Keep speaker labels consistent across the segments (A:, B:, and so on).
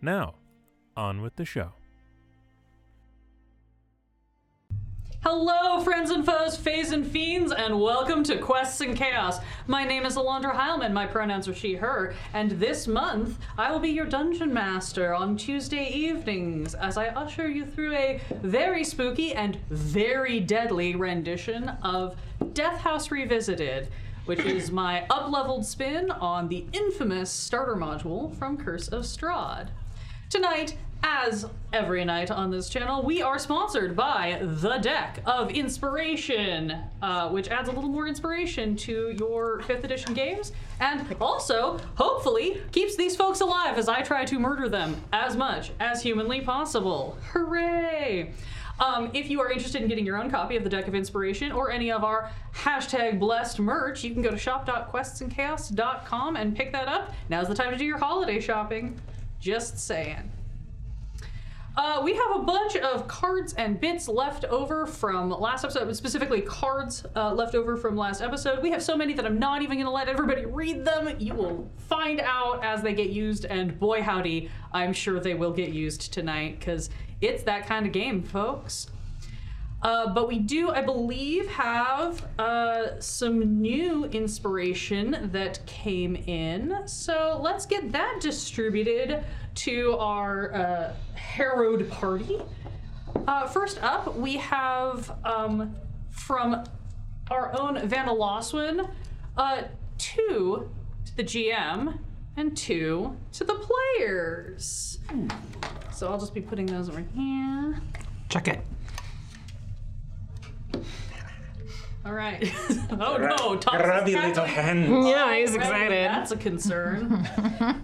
A: Now, on with the show.
B: Hello, friends and foes, fays and fiends, and welcome to Quests and Chaos. My name is Alondra Heilman, my pronouns are she, her, and this month I will be your dungeon master on Tuesday evenings as I usher you through a very spooky and very deadly rendition of Death House Revisited, which is my up leveled spin on the infamous starter module from Curse of Strahd. Tonight, as every night on this channel, we are sponsored by the Deck of Inspiration, uh, which adds a little more inspiration to your 5th edition games and also, hopefully, keeps these folks alive as I try to murder them as much as humanly possible. Hooray! Um, if you are interested in getting your own copy of the Deck of Inspiration or any of our hashtag blessed merch, you can go to shop.questsandchaos.com and pick that up. Now's the time to do your holiday shopping. Just saying. Uh, we have a bunch of cards and bits left over from last episode, specifically cards uh, left over from last episode. We have so many that I'm not even going to let everybody read them. You will find out as they get used, and boy, howdy, I'm sure they will get used tonight because it's that kind of game, folks. Uh, but we do, I believe, have uh, some new inspiration that came in. So let's get that distributed to our uh, harrowed party. Uh, first up, we have um, from our own Vanna Loswin, uh, two to the GM and two to the players. So I'll just be putting those over here.
C: Check it.
B: All right. oh no, Thomas
D: Grabby
B: is happy.
D: little hand.
C: Yeah, he's
B: Alrighty,
C: excited.
B: That's a concern.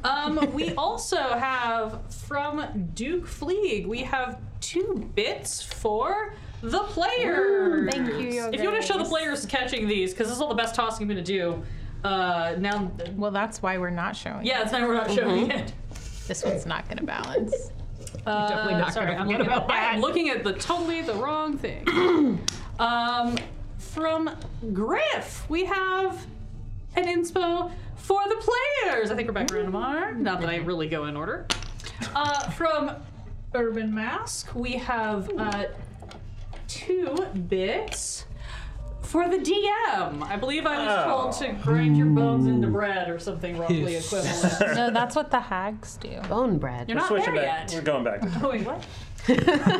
B: um, we also have from Duke Fleeg, we have two bits for the players.
E: Thank you, Your
B: If you want to show the
E: Grace.
B: players catching these, because this is all the best tossing I'm going to do. Uh, now,
E: Well, that's why we're not showing.
B: yeah, it's not, we're not
C: Mm-hmm.
B: showing it.
E: This one's not going to balance.
B: Uh,
C: definitely not
B: sorry,
C: gonna
B: I'm
C: forget
B: looking,
C: about
B: I'm
C: that.
B: looking at the totally the wrong thing. um, from Griff, we have an inspo for the players. I think we're back around tomorrow. Not that I really go in order. Uh, from Urban Mask, we have uh, two bits. For the DM, I believe I was told to grind your bones into
C: Hmm.
B: bread or something roughly equivalent.
E: No, that's what the hags do.
F: Bone bread.
B: You're not there
D: Switching
B: yet.
D: back. We're going back.
B: Oh, wait, what?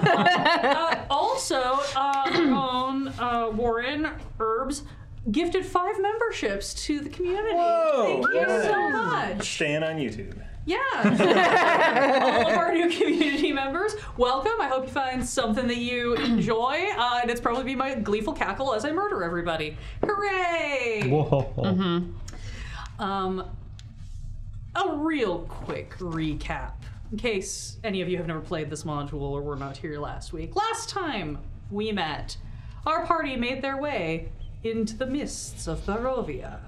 B: uh, also, uh, our own uh, Warren Herbs gifted five memberships to the community.
D: Whoa!
B: Thank you so much.
D: Staying on YouTube.
B: Yeah. All of our new community members, welcome. I hope you find something that you enjoy. Uh, and it's probably be my gleeful cackle as I murder everybody. Hooray! Um, a real quick recap, in case any of you have never played this module or were not here last week. Last time we met, our party made their way into the mists of Barovia.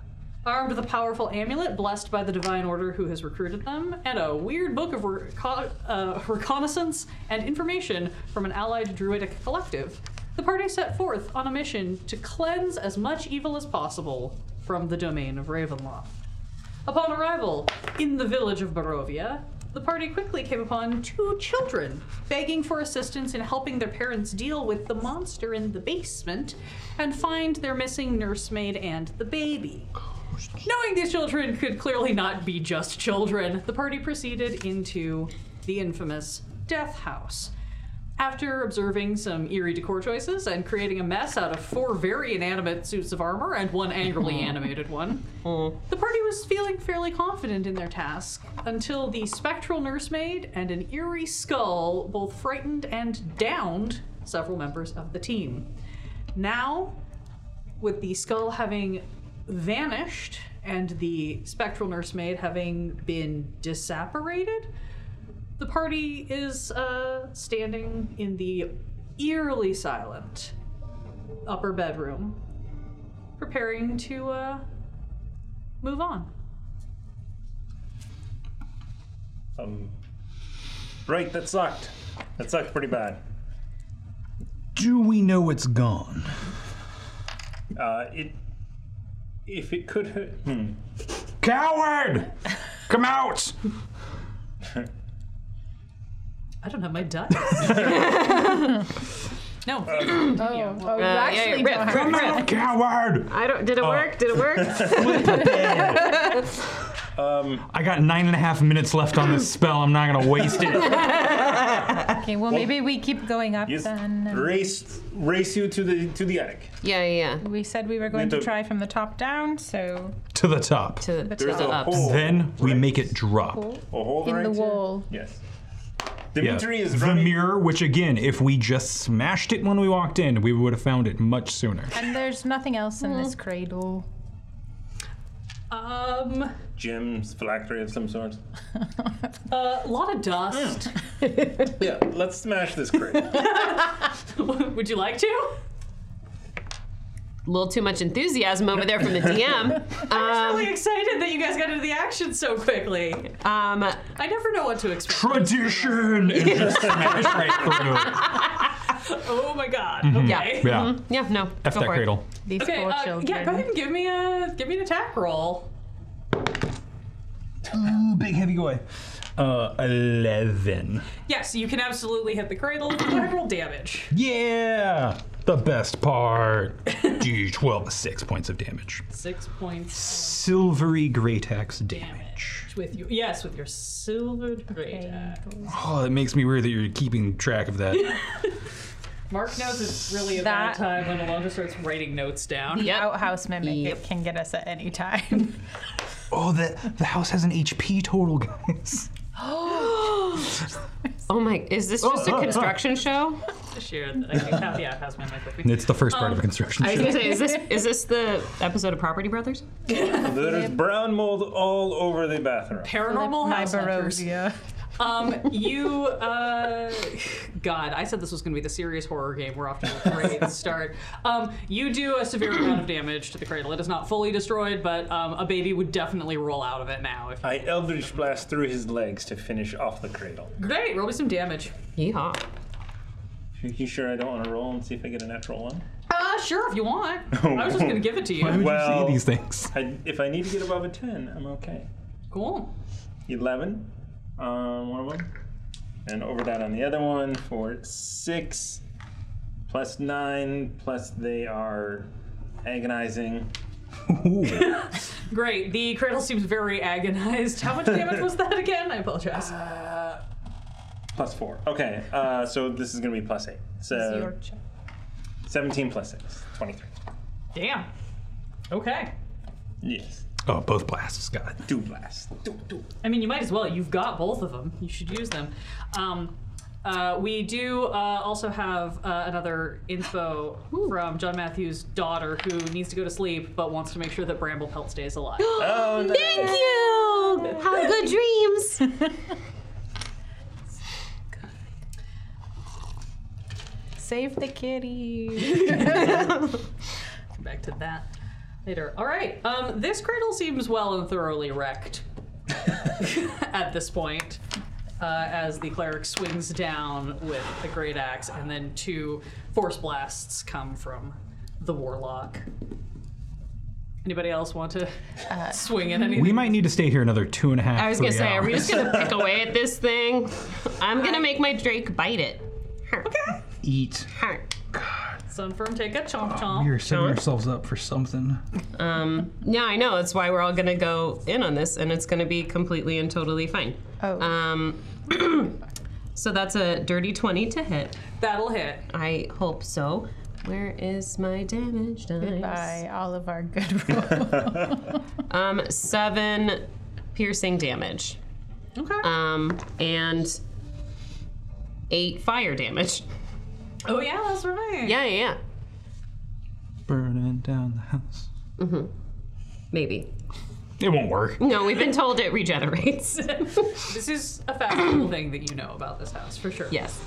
B: Armed with a powerful amulet blessed by the divine order who has recruited them, and a weird book of reco- uh, reconnaissance and information from an allied druidic collective, the party set forth on a mission to cleanse as much evil as possible from the domain of Ravenloft. Upon arrival in the village of Barovia, the party quickly came upon two children begging for assistance in helping their parents deal with the monster in the basement and find their missing nursemaid and the baby. Knowing these children could clearly not be just children, the party proceeded into the infamous Death House. After observing some eerie decor choices and creating a mess out of four very inanimate suits of armor and one angrily animated one, the party was feeling fairly confident in their task until the spectral nursemaid and an eerie skull both frightened and downed several members of the team. Now, with the skull having vanished and the spectral nursemaid having been disapparated, The party is uh, standing in the eerily silent upper bedroom, preparing to uh, move on.
C: Um, right, that sucked. That sucked pretty bad.
D: Do we know it's gone?
C: Uh, it, if it could, hmm.
D: Coward! Come out!
B: I don't have my dice. no.
E: Oh, oh you
F: yeah,
E: actually
F: rip,
E: don't
F: rip,
E: have
F: rip.
D: Coward!
F: I
D: Oh.
F: don't. Did it work? Did it work?
D: I got nine and a half minutes left on this spell. I'm not gonna waste it.
E: Okay, well, maybe we keep going up
C: Yes.
B: uh,
E: then.
C: Race, race you to the to the attic.
F: yeah, yeah. yeah.
E: We said we were going to
C: to-
E: try from the top down, so
D: to the top.
F: To the, to
C: There's
F: the
C: a
F: ups.
C: hole.
D: Then we
C: right-
D: make it drop.
C: a hole
E: in
C: right
E: the
C: here.
E: wall.
C: Yes.
D: Yeah.
C: Dimitri is
D: the
C: running.
D: mirror, which again, if we just smashed it when we walked in, we would have found it much sooner.
E: And there's nothing else in this cradle.
B: Um,
C: Gems, phylactery of some sort.
B: a uh, lot of dust.
C: Yeah, let's smash this crate.
B: Would you like to?
F: A little too much enthusiasm over there from the DM. Um,
B: really excited that you guys got into the action so quickly.
F: um,
B: I never know what to expect.
D: Tradition! And just smash right
B: Oh my god. Okay.
D: through. Yeah.
F: yeah, no.
D: F
F: Mm-hmm. go
D: that
F: for it.
D: cradle.
E: These
B: Okay.
E: poor
B: Uh,
E: children.
B: yeah. Go ahead and give me a give me an attack roll.
D: Ooh, big heavy guy. Uh, 11.
B: Yes, you can absolutely hit the cradle. Go ahead, and roll damage.
D: Yeah! The best part. D12, six points of damage.
B: Six points
D: Silvery great axe damage.
B: damage with you. Yes, with your silvered great axe.
D: Oh, it makes me weird that you're keeping track of that.
B: Mark knows it's really a
E: That-
B: bad time when Alondra starts writing notes down.
F: Yep.
E: Outhouse mimic it can get us at any time.
D: oh, the, the house has an HP total, guys.
F: Oh my, is this just a construction show?
B: Sure. that I can have the outhouse man with me.
D: It's the first part of a construction
F: Um, I was
D: show.
F: gonna say, is this is this the episode of Property Brothers?
C: there is brown mold all over the bathroom.
B: Paranormal
E: My
B: house hunters.
E: Barovia.
B: Um, you, uh, God, I said this was going to be the serious horror game. We're off to a great start. Um, you do a severe amount of damage to the cradle. It is not fully destroyed, but um, a baby would definitely roll out of it now. If
C: I eldritch blast through his legs to finish off the cradle.
B: great, roll me some damage.
F: Yeehaw.
C: You sure I don't want to roll and see if I get a natural one?
B: Uh, sure, if you want. I was just going to give it to
D: Why would
B: you.
C: Well-
D: you say these things?
C: I, if I need to get above a 10, I'm okay.
B: Cool.
C: 11 on one of them, and over that on the other one for 6, plus 9, plus they are agonizing.
D: Ooh.
B: Great. The cradle seems very agonized. How much damage was that again? I apologize.
C: Plus 4. Okay, uh, so this is going to be plus 8. So 17 plus 6, 23.
B: Damn. Okay.
C: Yes.
D: Oh, both blasts, God.
C: Do blast. Do, do.
B: I mean, you might as well. You've got both of them. You should use them. Um, uh, we do uh, also have uh, another info from John Matthews' daughter who needs to go to sleep but wants to make sure that Bramble Pelt stays alive.
C: Oh, no.
F: Thank you. Have good dreams.
E: Save the kitty.
B: Come back to that later. All right. Um, this cradle seems well and thoroughly wrecked at this point. Uh, as the cleric swings down with the great axe, and then two force blasts come from the warlock. Anybody else want to swing at anything?
D: We might need to stay here another two and a half.
F: I was gonna
D: three
F: say, are we
D: hours.
F: just gonna pick away at this thing? I'm gonna make my Drake bite it. Okay.
D: eat?
B: Sunfirm, take a chomp chomp.
D: You're setting yourselves up for something.
F: Um, yeah, I know. That's why we're all gonna go in on this, and it's gonna be completely and totally fine.
E: Oh.
F: Um, so that's a dirty twenty to hit.
B: That'll hit.
F: I hope so. Where is my damage dice?
E: By all of our good rolls.
F: Um, seven piercing damage.
B: Okay.
F: Um, and eight fire damage.
B: oh, yeah, that's right.
F: Yeah, yeah, yeah.
D: Burning down the house.
F: Maybe.
D: It won't work.
F: No, we've been told it regenerates.
B: This is a factual thing that you know about this house for sure.
F: yes.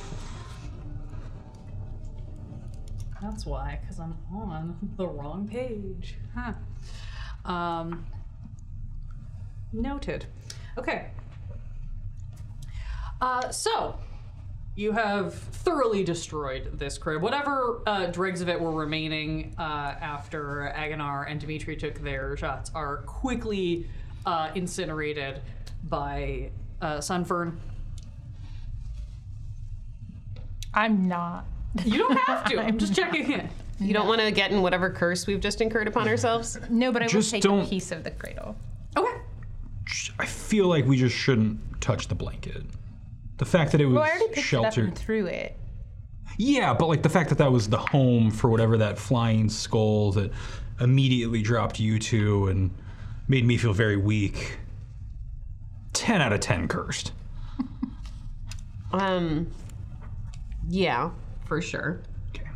B: That's why, because I'm on the wrong page. Huh. Um, noted. Okay. Uh, so, you have thoroughly destroyed this crib. Whatever uh, dregs of it were remaining uh, after Aganar and Dimitri took their shots are quickly uh, incinerated by uh, Sunfern.
E: I'm not.
B: You don't have to. I'm just checking it.
F: You don't want to get in whatever curse we've just incurred upon ourselves?
E: No, but I
D: Just
E: will take a
D: don't-
E: piece of the cradle.
B: Okay.
D: I feel like we just shouldn't touch the blanket. The fact that it was
E: Well, I already picked it up
D: sheltered.
E: and threw it.
D: Yeah, but like the fact that that was the home for whatever that flying skull that immediately dropped you two and made me feel very weak. 10 out of 10 cursed.
F: Um, yeah, for sure.
D: Okay.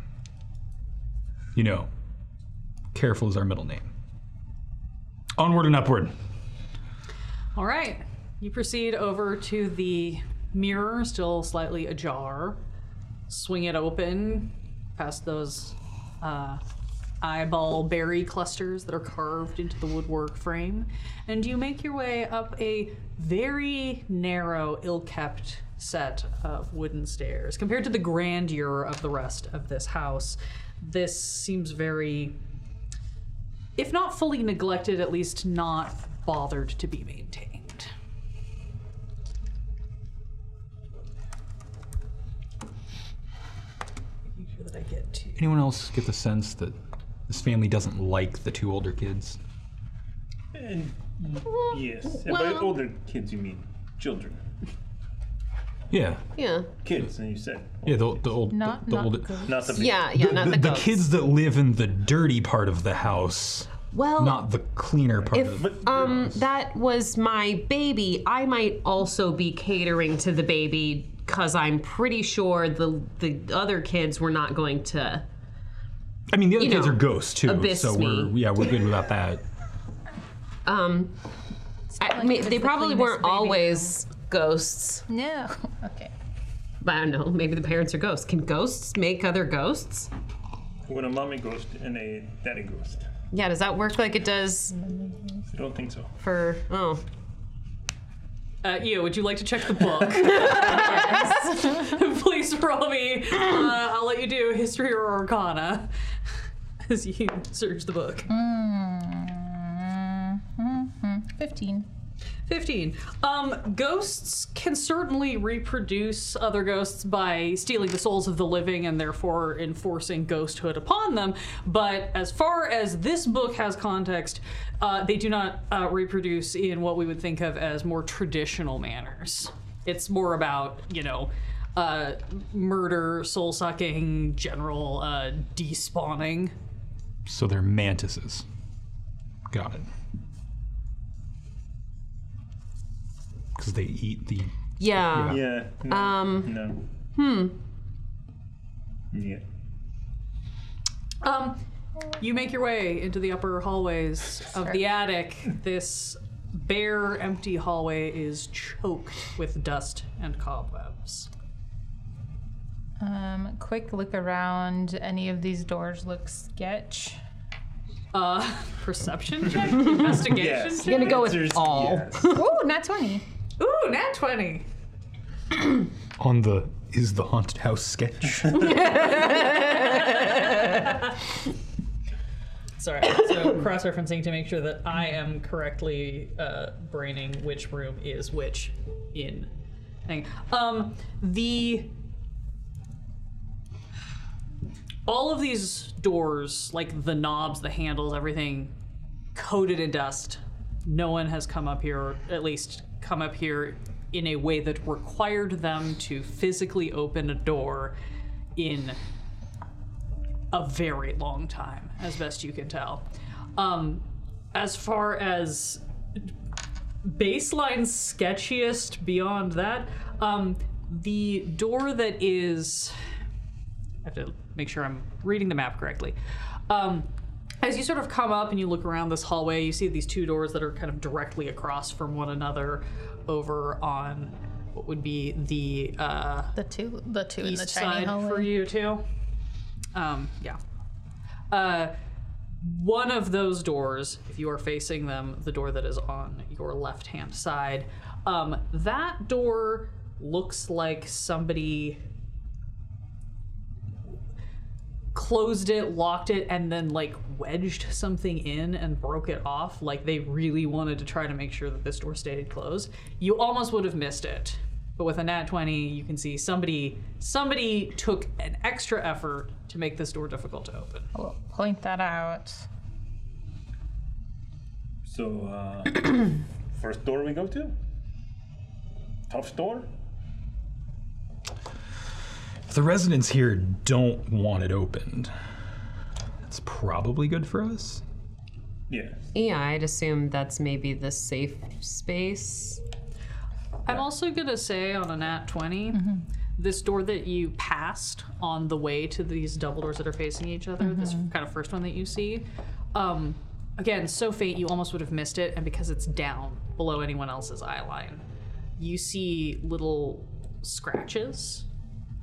D: You know, careful is our middle name. Onward and upward.
B: All right. You proceed over to the mirror, still slightly ajar. Swing it open past those uh, eyeball berry clusters that are carved into the woodwork frame. And you make your way up a very narrow, ill kept set of wooden stairs. Compared to the grandeur of the rest of this house, this seems very if not fully neglected, at least not bothered to be maintained. Make sure that I get to.
D: Anyone else get the sense that this family doesn't like the two older kids?
C: And,
F: Oh,
C: yes. And by older kids, you mean children.
D: Yeah.
F: Yeah.
C: Kids, and you said.
D: Yeah, the, the old.
E: Not
D: the, the
E: not
D: older-
E: good.
C: Not the big
F: Yeah, yeah, not the,
D: the,
F: ghosts.
D: kids that live in the dirty part of the house,
F: Well,
D: not the cleaner part
F: If-
D: of
C: But
F: Um, that was my baby. I might also be catering to the baby because I'm pretty sure the the other kids were not going to.
D: I mean, the other
F: you
D: kids
F: know,
D: are ghosts too,
F: abyss
D: so we're
F: me.
D: yeah, we're good without that.
F: Um, I
E: like
F: mean,
E: it's
F: they
E: the
F: probably
E: cleanest
F: weren't
E: baby
F: always ghosts.
E: No. Okay.
F: But I don't know. Maybe the parents are ghosts. Can ghosts make other ghosts?
C: when a mommy ghost and a daddy ghost.
F: Yeah. Does that work like it does
C: I don't think so.
F: for? Oh,
B: Uh, Io, would you like to check the book? Please roll me. Uh, I'll let you do history or arcana as you search the book.
E: Mhm. Fifteen.
B: 15. Um, ghosts can certainly reproduce other ghosts by stealing the souls of the living and therefore enforcing ghosthood upon them. But as far as this book has context, uh, they do not uh, reproduce in what we would think of as more traditional manners. It's more about, you know, uh, murder, soul sucking, general uh, despawning.
D: So they're mantises. Got it. Because they eat the.
F: yeah.
C: Yeah. No.
F: Um,
C: no. Hmm. Yeah.
B: Um, you make your way into the upper hallways of the attic. This bare, empty hallway is choked with dust and cobwebs.
E: Um, quick look around. Any of these doors look sketch?
B: Uh, perception check, investigation
C: Yes.
B: check.
F: gonna go with
C: Answer's
F: all.
C: yes.
E: Ooh, not twenty.
B: Ooh, nat twenty.
D: On the is the haunted house sketch.
B: Sorry, so cross-referencing to make sure that I am correctly uh, braining which room is which in thing. Um, the all of these doors, like the knobs, the handles, everything, coated in dust. No one has come up here, or at least come up here in a way that required them to physically open a door in a very long time, as best you can tell. Um, as far as baseline sketchiest beyond that, um, the door that is. I have to make sure I'm reading the map correctly. Um, As you sort of come up and you look around this hallway, you see these two doors that are kind of directly across from one another over on what would be the uh,
E: The two, the two in the
B: east
E: tiny
B: side
E: hallway.
B: for you too. Um, yeah. Uh, one of those doors, if you are facing them, the door that is on your left hand side, um, that door looks like somebody closed it, locked it, and then like wedged something in and broke it off. Like they really wanted to try to make sure that this door stayed closed. You almost would have missed it. But with a nat 20, you can see somebody somebody took an extra effort to make this door difficult to open.
E: We'll point that out.
C: So, uh, first door we go to? Tough door?
D: If the residents here don't want it opened, that's probably good for us.
C: Yeah.
F: Yeah, I'd assume that's maybe the safe space.
B: I'm also going to say on a nat 20, this door that you passed on the way to these double doors that are facing each other, this kind of first one that you see, um, again, so faint you almost would have missed it, and because it's down below anyone else's eye line, you see little scratches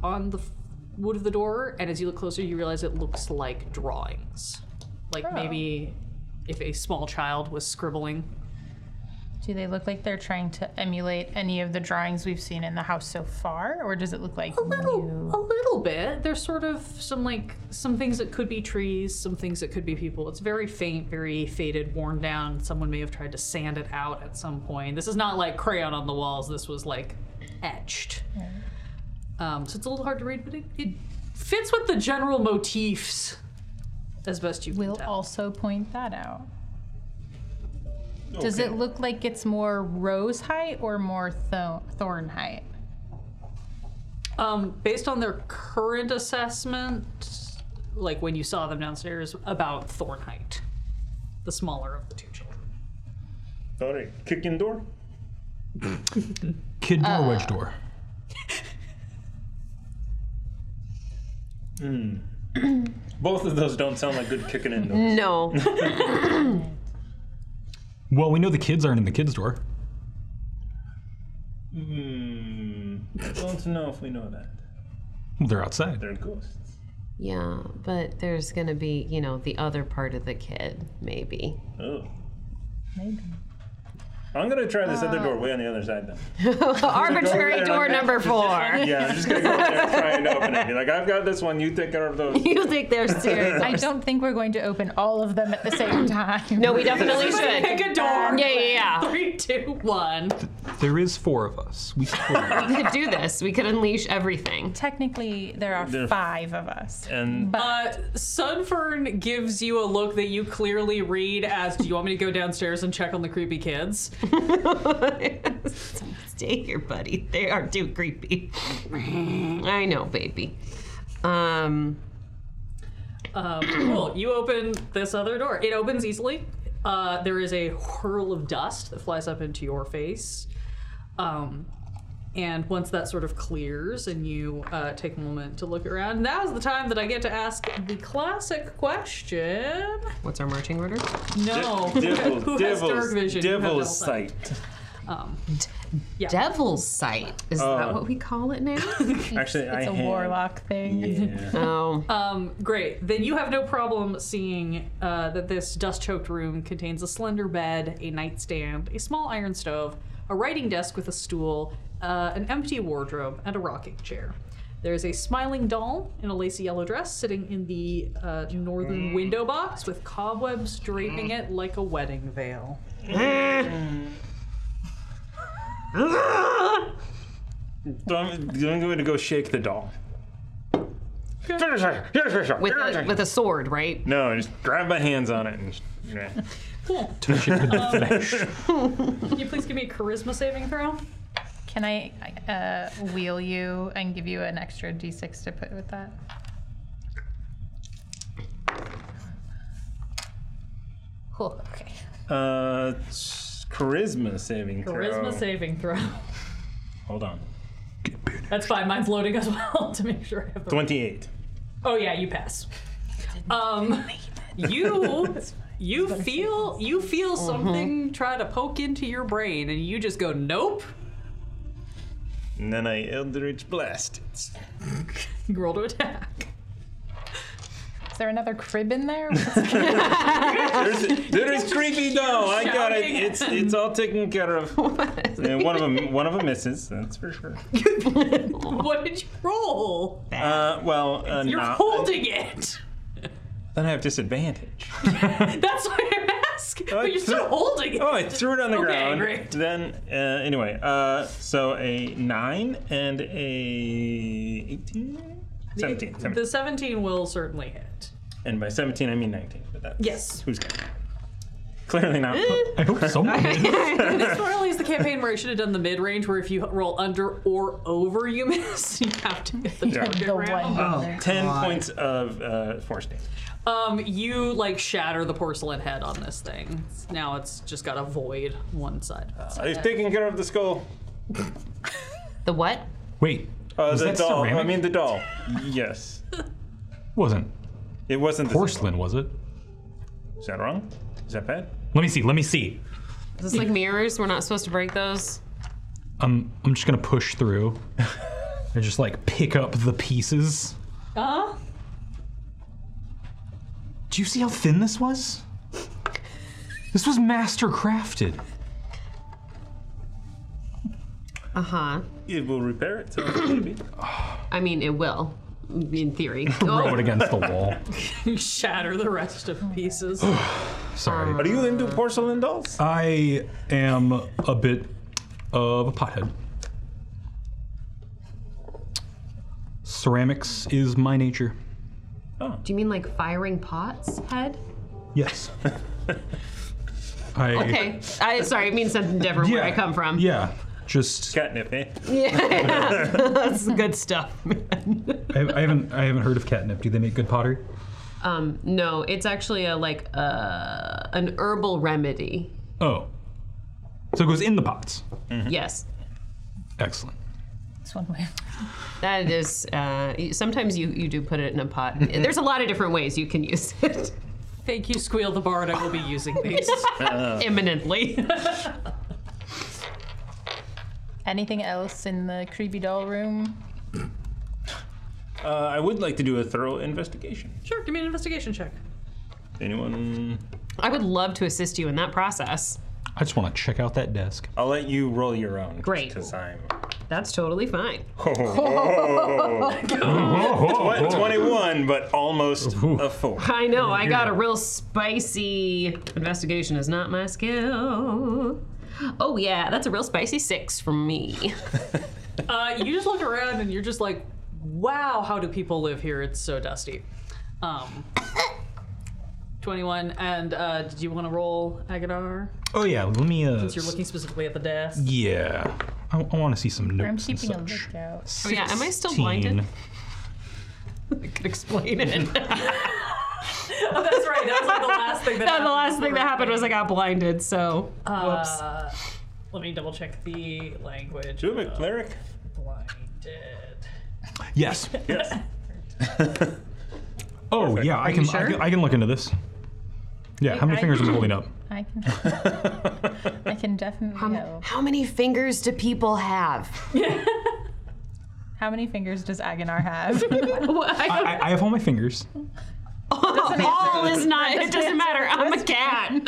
B: on the f- wood of the door, and as you look closer, you realize it looks like drawings. Like maybe if a small child was scribbling.
E: Do they look like they're trying to emulate any of the drawings we've seen in the house so far, or does it look like
B: a little,
E: new-
B: a little bit. There's sort of some like some things that could be trees, some things that could be people. It's very faint, very faded, worn down. Someone may have tried to sand it out at some point. This is not like crayon on the walls. This was like etched. Um, so it's a little hard to read, but it, it fits with the general motifs as best you
E: We'll
B: can tell.
E: also point that out. Does
C: Okay.
E: it look like it's more rose height or more tho- thorn height?
B: Um, based on their current assessment, like when you saw them downstairs, about thorn height, the smaller of the two children.
C: All right, kicking door?
D: Kid
F: Uh,
D: door, wedge door.
C: Hmm. Both of those don't sound like good kicking in doors.
F: No.
D: Well, we know the kids aren't in the kids' door.
F: Mm.
C: Hmm. Don't know if we know that.
D: Well, they're outside.
C: They're ghosts.
F: yeah, but there's gonna be, you know, the other part of the kid, maybe.
C: Oh.
E: Maybe.
C: I'm gonna try this other door way on the other side then.
F: Arbitrary door number four.
C: Yeah, I'm just gonna go over there and try and open it. Be like, I've got this one, you take care of those.
F: You think they're serious?
E: I don't think we're going to open all of them at the same time.
F: No, we definitely should.
B: Pick a door.
F: Yeah, yeah, yeah.
B: Three, two, one.
D: There is four of us. We could.
F: We could do this. We could unleash everything.
E: Technically, there are
C: There-
E: five of us.
C: And
B: Uh, Sunfern gives you a look that you clearly read as, "Do you want me to go downstairs and check on the creepy kids?"
F: Stay here, buddy. They are too creepy. I know, baby. Um,
B: Um, cool. You open this other door. It opens easily. Uh, there is a whirl of dust that flies up into your face. Um, and once that sort of clears and you uh, take a moment to look around, now's the time that I get to ask the classic question.
F: what's our marching order?
B: No.
C: Devil,
B: Who has dark
C: devil's,
B: vision? Who has devil
C: devil's sight.
B: Um,
F: Devil's Sight. Is that what we call it now?
C: Actually, I
E: It's a
C: had-
E: warlock thing.
C: Yeah.
F: oh,
B: Um, great. Then you have no problem seeing uh, that this dust choked room contains a slender bed, a nightstand, a small iron stove, a writing desk with a stool, uh, an empty wardrobe, and a rocking chair. There's a smiling doll in a lacy yellow dress sitting in the uh,
C: Mm.
B: northern window box with cobwebs draping it like a wedding veil.
C: So I'm, I'm going to go shake the doll. Finish her, finish her,
F: with
C: finish
F: a,
C: her.
F: with a sword, right?
C: No, just grab my hands on it and. Yeah.
B: Cool.
D: Finish.
B: Um, Can you please give me a charisma saving throw?
E: Can I uh, wheel you and give you an extra d6 to put with that? Cool. Okay.
C: Uh, s- charisma saving throw.
B: Charisma saving throw.
C: Hold on.
B: That's fine. Mine's loading as well to make sure I have the
C: 28.
B: Oh yeah, you pass. Um, You you feel you feel
E: Uh-huh.
B: something try to poke into your brain and you just go nope.
C: And then I Eldritch Blast.
B: You roll to attack.
E: Is there another crib in there?
C: There's, there is creepy doll. I got it.
B: shouting.
C: It's it's all taken care of. And one of them one of them misses. That's for sure.
B: What did you roll?
C: Uh, well, uh,
B: You're
C: nah.
B: holding it.
C: Then I have disadvantage.
B: That's why I'm asking.
C: I
B: But you're still
C: threw-
B: holding it.
C: Oh, I threw it on the
B: Okay,
C: ground.
B: great.
C: Then uh, anyway, uh, so a nine and a eighteen. 17, 17.
B: The 17 will certainly hit.
C: And by 17, I mean 19. But that's
B: Yes. Eh.
C: Who's counting? Clearly not.
D: I hope someone.
B: This normally is the campaign where I should have done the mid range, where if you roll under or over, you miss. You have to hit the target
E: the
B: round.
E: one.
F: Uh-huh.
E: there.
C: 10 points of uh, force damage.
B: Um, you like shatter the porcelain head on this thing. Now it's just got a void on one side.
C: I've taken care of the skull.
F: The what?
D: Wait,
C: Uh,
D: Was
C: the
D: that
C: doll. I
D: ceramic?
C: mean, the doll. Yes.
D: wasn't
C: It wasn't the
D: porcelain, was it?
C: Is that wrong? Is that bad?
D: Let me see. Let me see.
F: Is this like mirrors? We're not supposed to break those.
D: I'm Um, I'm just gonna push through and just like pick up the pieces.
B: Uh,
D: Do you see how thin this was? This was master crafted.
F: Uh huh.
C: It will repair itself, maybe.
F: I mean, it will, in theory.
D: Throw
F: Oh,
D: it against the wall.
B: you shatter the rest of pieces.
D: Sorry.
C: Are you into porcelain dolls?
D: I am a bit of a pothead. Ceramics is my nature.
F: do you mean like firing pots head?
D: Yes. I,
F: Okay. I sorry, it means something different where I come from.
D: Yeah. Just
C: Catnip, eh?
F: That's good stuff.
D: I, I haven't I haven't heard of catnip. Do they make good pottery?
F: Um, no, it's actually a like uh, an herbal remedy.
D: Oh. So it goes in the pots.
F: Yes.
D: Excellent.
E: It's one way.
F: That is. Uh, y- sometimes you you do put it in a pot. There's a lot of different ways you can use it.
B: Thank you, Squeal the Bard. I will be using these.
F: Imminently.
E: Anything else in the creepy doll room?
C: Uh, I would like to do a thorough investigation.
B: sure, give me an investigation check.
C: Anyone?
F: I would love to assist you in that process.
D: I just want to check out that desk.
C: I'll let you roll your own. just
F: Great.
C: 'cause I'm.
F: That's totally fine.
C: What, 21, but almost a 4.
F: I know. I got a real spicy. Investigation is not my skill. Oh yeah, that's a real spicy six from me.
B: Uh, you just look around and you're just like, wow, how do people live here? It's so dusty. Um, 21. And uh, did you want to roll, Agadar?
D: Oh yeah, let me. Uh,
B: You're looking specifically at the desk.
D: yeah, I, I want to see some notes.
E: I'm keeping a
D: and such.
E: lookout.
F: Oh, yeah, am I still blinded?
D: 16.
F: I could explain it.
B: Oh, that's right. That was like the last thing that
F: the last thing that happened was I got blinded. So whoops.
B: Uh, let me double check the language.
C: Do you have a cleric?
B: Blinded.
D: Yes.
C: Yes.
D: Oh yeah, I can,
F: you sure?
D: I can. I can look into this. Yeah, how many
E: I-
D: fingers am I holding up?
E: I can. I can definitely help.
F: How many fingers do people have?
E: How many fingers does Agonar have?
D: I, I have all my fingers.
F: All is not. It doesn't matter. I'm a cat.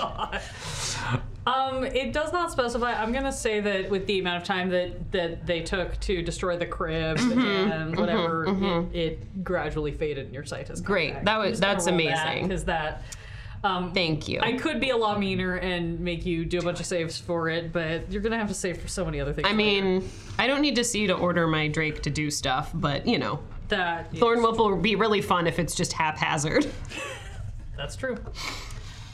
F: Oh
B: Um, it does not specify. I'm gonna say that with the amount of time that that they took to destroy the crib
F: Mm-hmm.
B: and whatever, It, it gradually faded in your sight. As
F: Great. That was- that's amazing.
B: Because that. Um,
F: Thank you.
B: I could be a lot meaner and make you do a bunch of saves for it, but you're gonna have to save for so many other things.
F: I mean, I don't need to see you to order my Drake to do stuff, but you know,
B: that
F: Thornwolf will be really fun if it's just haphazard.
B: That's true.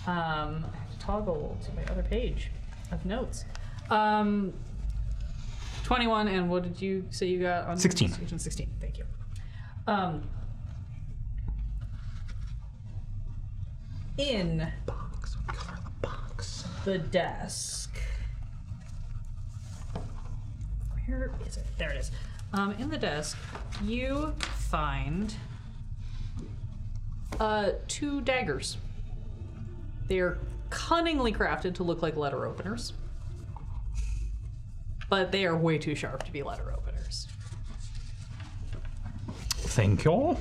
B: Um, I have to toggle to my other page of notes. Um, 21, and what did you say you got on
D: 16.
B: investigation? 16, thank you. Um, in the desk. Where is it? There it is. Um, in the desk, you find uh, two daggers. They are cunningly crafted to look like letter openers, but they are way too sharp to be letter openers.
D: Thank you.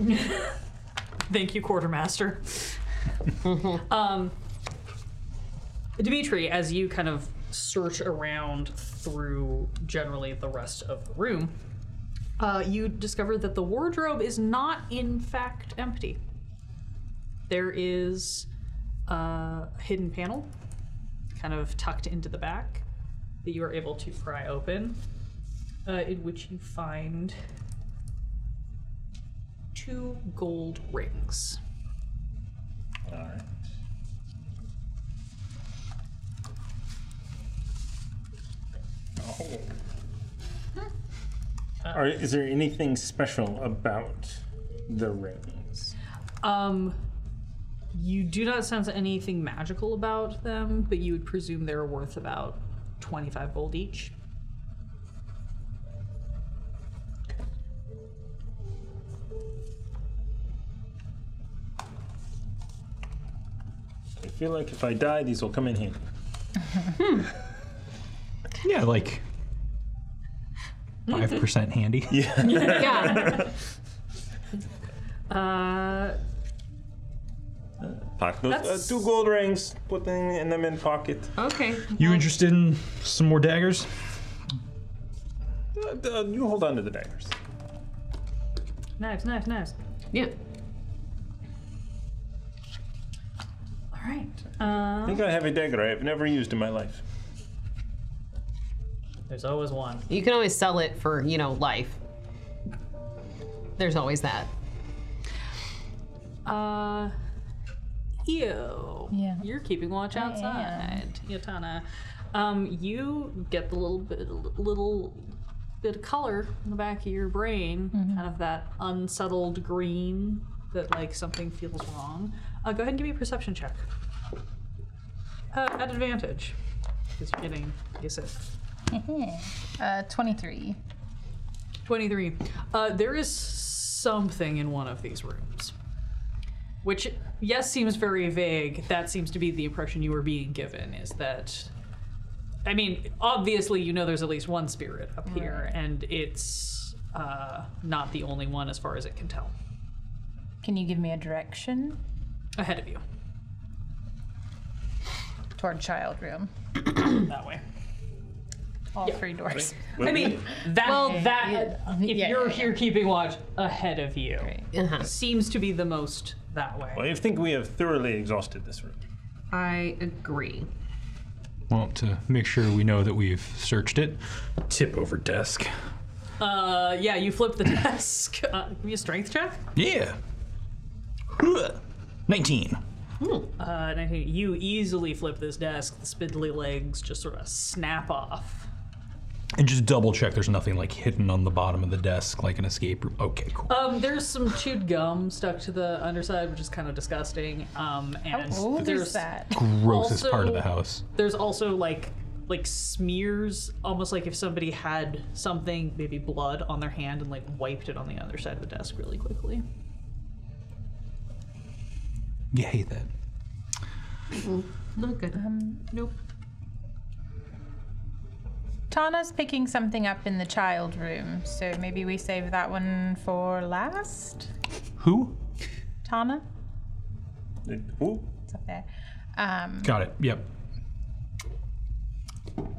B: Thank you, quartermaster. um, Dimitri, as you kind of search around through generally the rest of the room, uh, you discover that the wardrobe is not, in fact, empty. There is uh, a hidden panel, kind of tucked into the back, that you are able to pry open, uh, in which you find two gold rings.
C: All right. Oh. Are, is there anything special about the rings?
B: Um, you do not sense anything magical about them, but you would presume they're worth about 25 gold each.
C: I feel like if I die, these will come in handy.
D: Yeah, like five percent handy.
F: Yeah.
B: Uh,
C: Pack those uh,
B: That's-
C: two gold rings, putting in them in pocket.
F: okay.
D: You interested in some more daggers?
C: Uh, uh, you hold on to the daggers.
B: knives, knives, knives.
F: Yeah.
B: All right.
C: I
B: Uh,
C: think I have a dagger I have never used in my life.
B: There's always one.
F: You can always sell it for, you know, life. There's always that.
B: Uh, ew.
E: Yeah.
B: You're keeping watch outside, Yatana. Um, you get the little bit, little bit of color in the back of your brain, kind of that unsettled green that like something feels wrong. Uh, go ahead and give me a perception check. Uh, at advantage, because you're getting yes it.
E: uh, 23.
B: 23. Uh, there is something in one of these rooms. Which, yes, seems very vague. That seems to be the impression you were being given is that. I mean, obviously, you know there's at least one spirit up here, and it's uh, not the only one as far as it can tell.
E: Can you give me a direction
B: Ahead of you,
E: toward child room?
B: that way.
E: All three doors.
B: I mean, that, that if
E: yeah,
B: you're
E: yeah,
B: here keeping watch, ahead of you
F: Uh-huh.
B: seems to be the most that way.
C: I think we have thoroughly exhausted this room.
F: I agree.
D: Well, to make sure we know that we've searched it, tip over desk.
B: Uh, yeah, you flip the desk. Uh, give me a strength check.
D: Yeah. Huh. Nineteen.
B: Uh, 19, you easily flip this desk. The spindly legs just sort of snap off.
D: And just double check there's nothing like hidden on the bottom of the desk, like an escape room. Okay, cool.
B: Um, there's some chewed gum stuck to the underside, which is kind of disgusting. Um, and
E: Oh,
B: there's
E: there's that.
D: Grossest part of the
B: also-
D: house.
B: there's also like like smears, almost like if somebody had something, maybe blood, on their hand and like wiped it on the other side of the desk really quickly.
D: You hate that.
F: Not good. Um, nope.
E: Tana's picking something up in the child room, so maybe we save that one for last.
D: Who?
E: Tana,
C: It- Uh, ooh,
E: it's up there. Um,
D: Got it. Yep.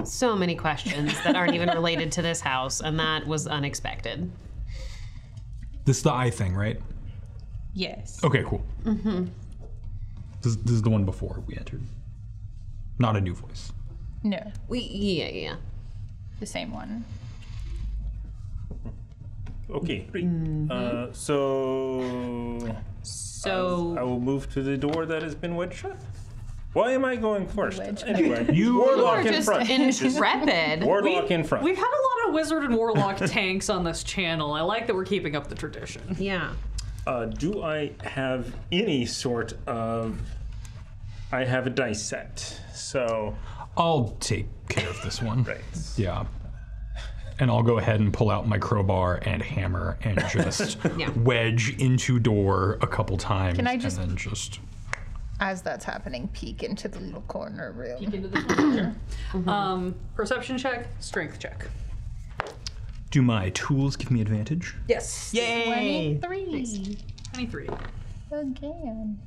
F: So many questions that aren't even related to this house, and that was unexpected.
D: This is the eye thing, right?
E: yes.
B: Oh.
D: Okay, cool. Mm-hmm. This, this is the one before we entered. Not a new voice.
E: No,
F: We, yeah, yeah.
E: the same one.
C: Okay.
B: Mm-hmm.
C: Uh, so I
F: So,
C: will move to the door that has been wedged shut. Why am I going first?
E: Wedged.
C: Anyway,
D: You
C: warlock
F: we're
C: in
F: just
C: front.
F: intrepid.
C: Warlock in front.
B: We've had a lot of wizard and warlock tanks on this channel. I like that we're keeping up the tradition.
F: Yeah.
C: Uh, do I have any sort of? I have a dice set, so
D: I'll take care of this one.
C: right.
D: Yeah. and I'll go ahead and pull out my crowbar and hammer and just
F: Yeah.
D: wedge into door a couple times.
E: Can I just-
D: And then just
E: As that's happening, peek into the little corner room.
B: Into the corner. um, perception check, strength check.
D: do my tools give me advantage?
B: Yes.
F: Yay!
E: Twenty-three
B: 23.
E: again.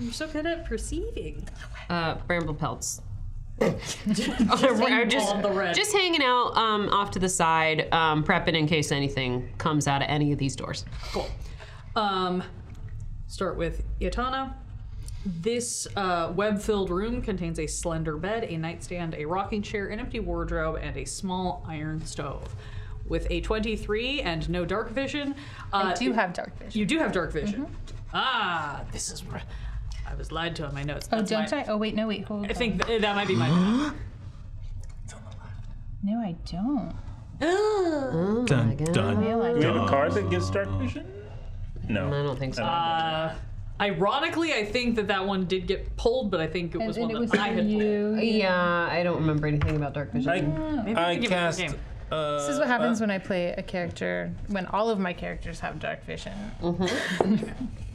B: You're so good at perceiving.
F: Uh, bramble pelts. We're just,
B: on the red.
F: just hanging out um, off to the side, um, prepping in case anything comes out of any of these doors.
B: Cool. Um, start with Yatana. This uh, web filled room contains a slender bed, a nightstand, a rocking chair, an empty wardrobe, and a small iron stove. With a 23 and no dark vision, uh,
E: I do Mm-hmm. have dark vision.
B: you do have dark vision. Ah, this is where I was lied to on my notes.
E: Oh,
B: That's
E: don't
B: my-
E: I? Oh, wait, no, wait, hold
B: I
E: on.
B: think th- that might be my.
E: No, I don't.
D: Dun, dun.
E: Realize-
C: Do we have a card that gives dark vision? No.
F: I don't think so.
B: uh, ironically, I think that that one did get pulled, but I think it was
E: And
B: one
E: it
B: that
E: was
B: I
E: for
B: had pulled.
E: you.
F: yeah, I don't remember anything about dark vision.
C: I, I
B: give it to the
C: cast.
B: game.
C: Uh,
E: This is what happens when I play a character, when all of my characters have dark vision.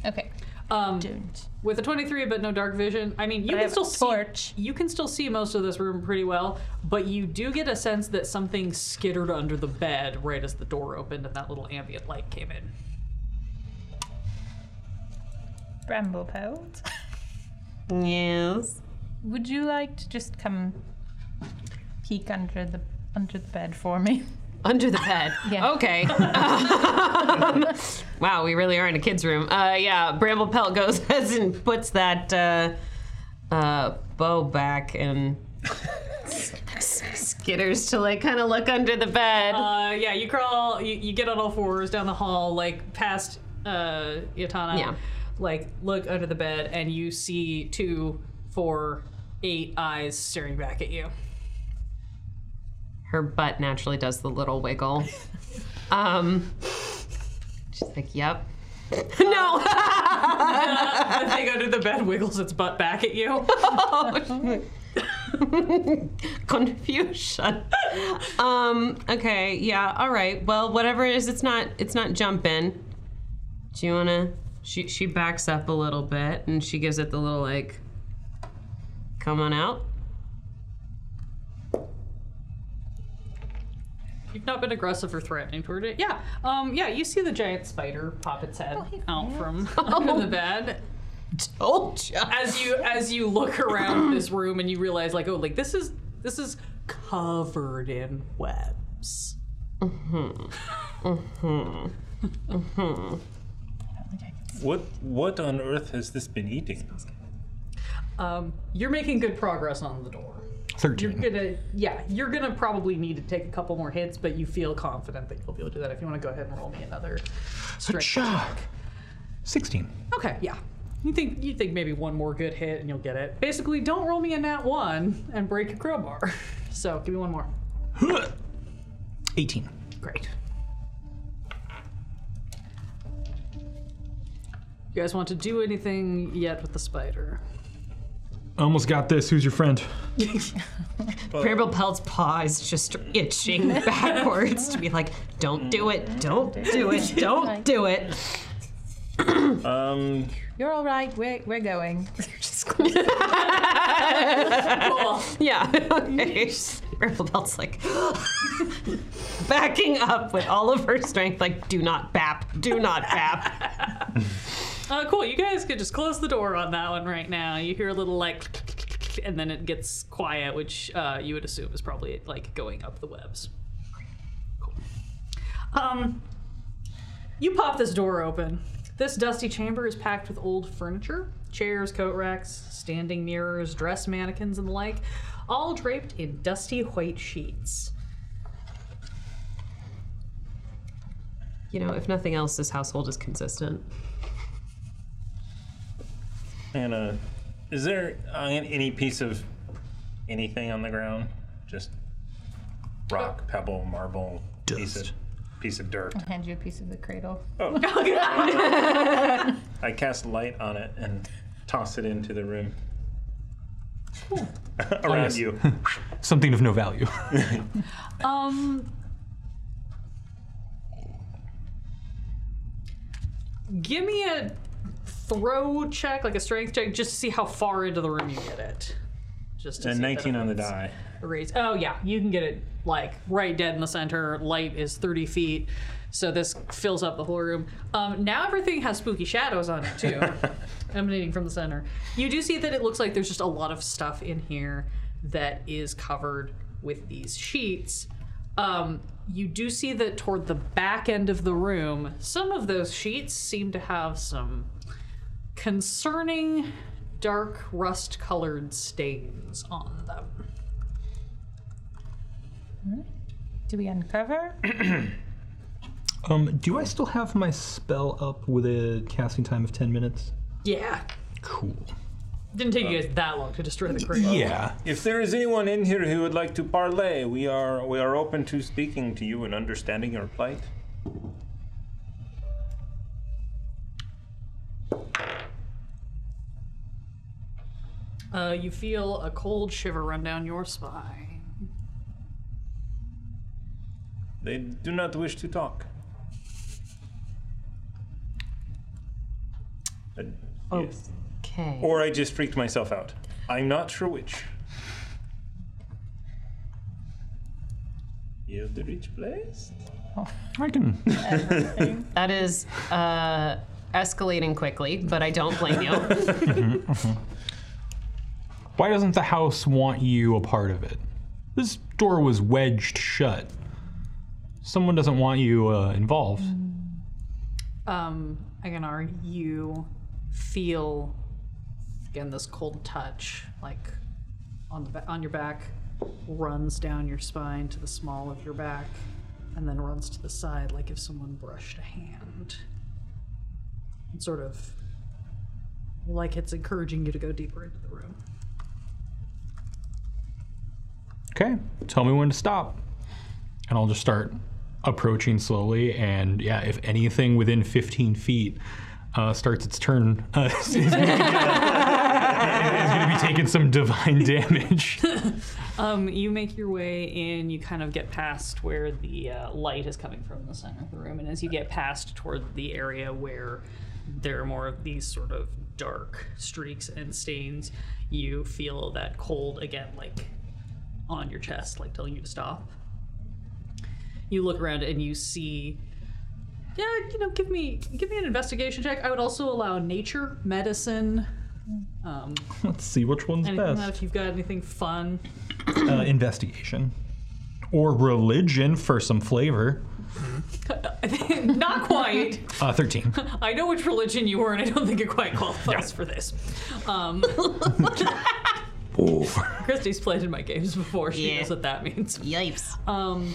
E: okay.
B: Um,
E: Don't.
B: with a 23 but no dark vision i mean you
E: I
B: can
E: have
B: still
E: a
B: see
E: torch.
B: you can still see most of this room pretty well but you do get a sense that something skittered under the bed right as the door opened and that little ambient light came in
E: Bramble Pelt.
F: Yes.
E: Would you like to just come peek under the under the bed for me?
F: Under the bed.
E: Yeah.
F: Okay. Um, wow, we really are in a kid's room. Uh, yeah, Bramble Pelt goes and puts that uh, uh, bow back and skitters to like kind of look under the bed.
B: uh, yeah you crawl you, you get on all fours down the hall like past uh, yatana
F: Yeah.
B: like look under the bed and you see two four eight eyes staring back at you
F: Her butt naturally does the little wiggle. Um, she's like, yep. no!
B: the thing under the bed wiggles its butt back at you
F: confusion um okay yeah all right well whatever it is it's not it's not jumping do you wanna she she backs up a little bit and she gives it the little like come on out
B: You've not been aggressive or threatening toward it. Yeah. Um, yeah, you see the giant spider pop its head out from under the bed.
F: told ya
B: As you as you look around this room and you realize like, oh, like this is this is covered in webs.
C: what what on earth has this been eating?
B: Um, you're making good progress on the door.
D: 13.
B: You're gonna yeah, you're gonna probably need to take a couple more hits, but you feel confident that you'll be able to do that if you want to go ahead and roll me another strength.
D: Shock. 16.
B: Okay, yeah. You think you think maybe one more good hit and you'll get it. Basically, don't roll me a nat one and break your crowbar. So give me one more.
D: 18.
B: Great. You guys want to do anything yet with the spider?
D: Almost got this. Who's your friend?
F: Bramble Pelt's paw is just itching backwards to be like, don't do it, don't do it, don't do it.
C: Um,
E: You're all right. We're we're going.
F: Yeah. Okay. Bramble Belt's like backing up with all of her strength, like, do not bap, do not bap.
B: Uh, cool. You guys could just close the door on that one right now. You hear a little like, and then it gets quiet, which uh, you would assume is probably like going up the webs. Cool. Um, you pop this door open. This dusty chamber is packed with old furniture chairs, coat racks, standing mirrors, dress mannequins, and the like, all draped in dusty white sheets.
F: You know, if nothing else, this household is consistent.
C: I'm gonna. uh, Is there uh, any piece of anything on the ground? Just rock, pebble, marble, piece of
D: Dust.
C: piece of dirt.
E: Hand you a piece of the cradle.
C: I cast light on it and toss it into the room. around
D: yes.
C: you.
D: Something of no value.
B: Um. Give me a throw check, like a strength check, just to see how far into the room you get it. Just to
C: And
B: see if that
C: 19 Uh, on the
B: affects
C: die.
B: raise- Oh yeah, you can get it like right dead in the center. Light is 30 feet, so this fills up the whole room. Um, now everything has spooky shadows on it too, emanating from the center. You do see that it looks like there's just a lot of stuff in here that is covered with these sheets. Um, you do see that toward the back end of the room, some of those sheets seem to have some concerning dark rust colored stains on them.
E: Do we uncover?
D: um, do I still have my spell up with a casting time of 10 minutes?
B: Yeah.
D: Cool.
B: Didn't take you guys that long to destroy the crate.
D: Yeah.
C: If there is anyone in here who would like to parlay, we are we are open to speaking to you and understanding your plight.
B: Uh, you feel a cold shiver run down your spine.
C: They do not wish to talk. Uh, yes.
F: Okay.
C: Or I just freaked myself out. I'm not sure which. Is the rich place?
D: I can.
F: That is uh, escalating quickly, but I don't blame you.
D: Why doesn't the house want you a part of it? This door was wedged shut. Someone doesn't want you uh, involved.
B: Um, Aganar, you feel again this cold touch, like on the ba- on your back, runs down your spine to the small of your back, and then runs to the side, like if someone brushed a hand. It's sort of like it's encouraging you to go deeper into the room.
D: Okay, tell me when to stop. And I'll just start approaching slowly. And yeah, if anything within 15 feet uh, starts its turn, uh, it's going to be taking some divine damage.
B: Um, you make your way in. You kind of get past where the uh, light is coming from the center of the room, and as you get past toward the area where there are more of these sort of dark streaks and stains, you feel that cold again, like on your chest, like telling you to stop. You look around and you see. Yeah, you know, give me give me an investigation check. I would also allow nature, medicine, um,
D: Let's see which one's
B: anything like that
D: best.
B: if you've got anything fun.
D: Uh, investigation. Or religion for some flavor.
B: Not quite.
D: Uh, 13.
B: I know which religion you were, and I don't think it quite qualifies for this. Um, Christy's played in my games before. She
F: Yeah.
B: knows what that means.
F: Yipes.
B: Um,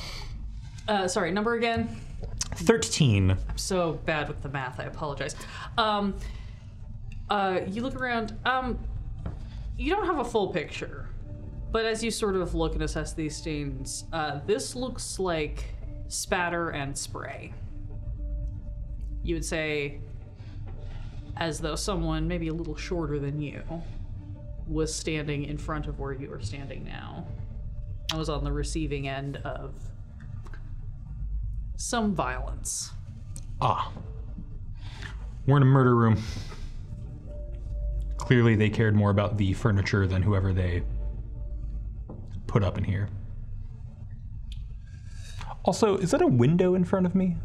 B: uh, sorry, number again.
D: 13.
B: so bad with the math. I apologize. Um, uh, you look around. Um, you don't have a full picture, but as you sort of look and assess these stains, uh, this looks like spatter and spray. You would say, as though someone maybe a little shorter than you was standing in front of where you are standing now. I was on the receiving end of some violence.
D: Ah. We're in a murder room. Clearly, they cared more about the furniture than whoever they put up in here. Also, is that a window in front of me?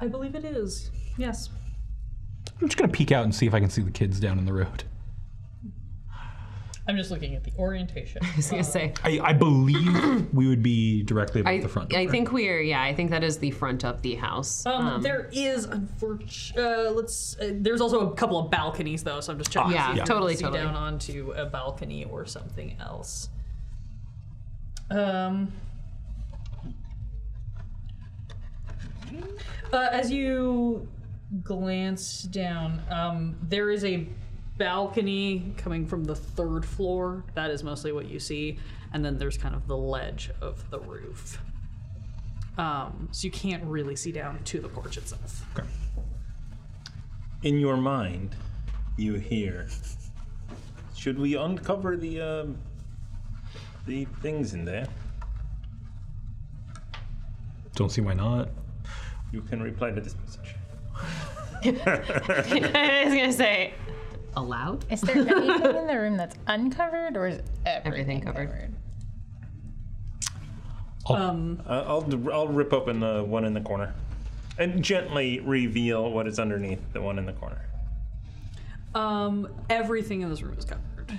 B: I believe it is. Yes.
D: I'm just gonna peek out and see if I can see the kids down in the road.
B: I'm just looking at the orientation.
F: I was gonna say.
D: I, I believe we would be directly above
F: I,
D: the front door.
F: I think we are. Yeah, I think that is the front of the house.
B: Um, there is, unfortunately, uh, let's. Uh, there's also a couple of balconies though, so I'm just checking. to
F: yeah,
B: see if you can
F: totally,
B: see
F: totally.
B: Down onto a balcony or something else. Um. Uh, as you glance down, um, there is a balcony coming from the third floor. That is mostly what you see, and then there's kind of the ledge of the roof. Um, so you can't really see down to the porch itself.
C: In your mind, you hear Should we uncover the um, the things in there?
D: Don't see why not.
C: You can reply to this message.
F: I was gonna say, allowed?
E: Is there anything in the room that's uncovered, or is everything,
F: Everything covered.
C: Uh, I'll I'll rip open the one in the corner, and gently reveal what is underneath the one in the corner.
B: Um, everything in this room is covered,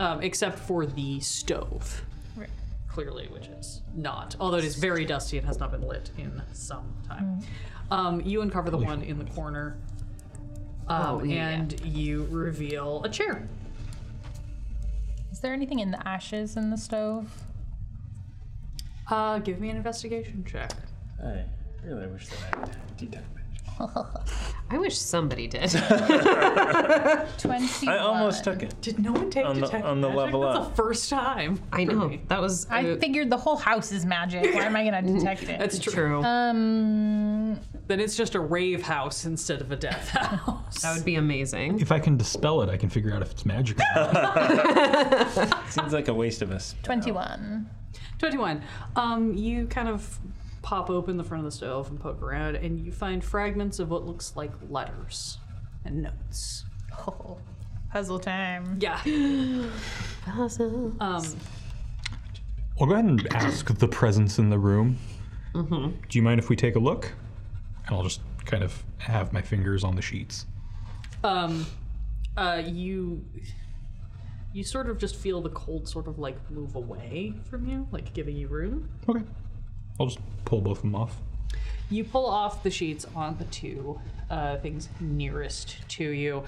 B: um, except for the stove,
E: Right.
B: clearly, which is not. Although it is very dusty and has not been lit in some time. Um, you uncover the one in the corner, um,
F: Oh, yeah.
B: and you reveal a chair.
E: Is there anything in the ashes in the stove?
B: Uh, give me an investigation check.
C: I really wish that I had detect magic.
F: I wish somebody did.
E: Twenty.
C: I almost took it.
B: Did no one take
C: On the-
B: detect
C: on the
B: magic?
C: level
B: That's
C: up.
B: the first time.
F: I
B: for
F: know
B: me.
F: that was.
E: I
F: uh,
E: figured the whole house is magic. Why am I gonna detect it?
B: That's true.
F: true.
E: Um,
B: Then it's just a rave house instead of a death house.
F: that would be amazing.
D: If I can dispel it, I can figure out if it's magic. or not.
C: Seems like a waste of us.
E: twenty-one.
B: 21. Um, you kind of pop open the front of the stove and poke around, and you find fragments of what looks like letters and notes.
E: Oh, puzzle time.
B: Yeah.
F: Awesome.
B: Um,
D: I'll go ahead and ask the presence in the room.
B: Mm-hmm.
D: Do you mind if we take a look? And I'll just kind of have my fingers on the sheets.
B: um, uh, you. You sort of just feel the cold sort of like move away from you, like giving you room.
D: Okay. I'll just pull both of them off.
B: You pull off the sheets on the two uh, things nearest to you.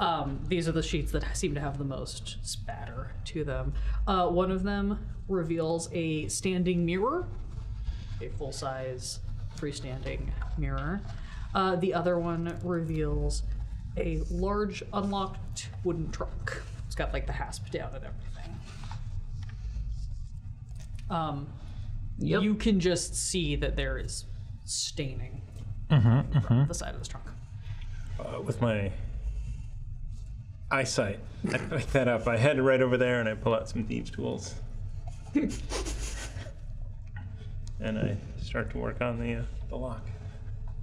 B: Um, these are the sheets that seem to have the most spatter to them. Uh, one of them reveals a standing mirror, a full size freestanding mirror. Uh, the other one reveals a large unlocked wooden trunk. It's got like the hasp down and everything. Um,
F: Yep.
B: you can just see that there is staining from the side of this trunk.
C: Uh, with my eyesight, I pick that up. I head right over there and I pull out some thieves' tools. and I start to work on the uh, the lock.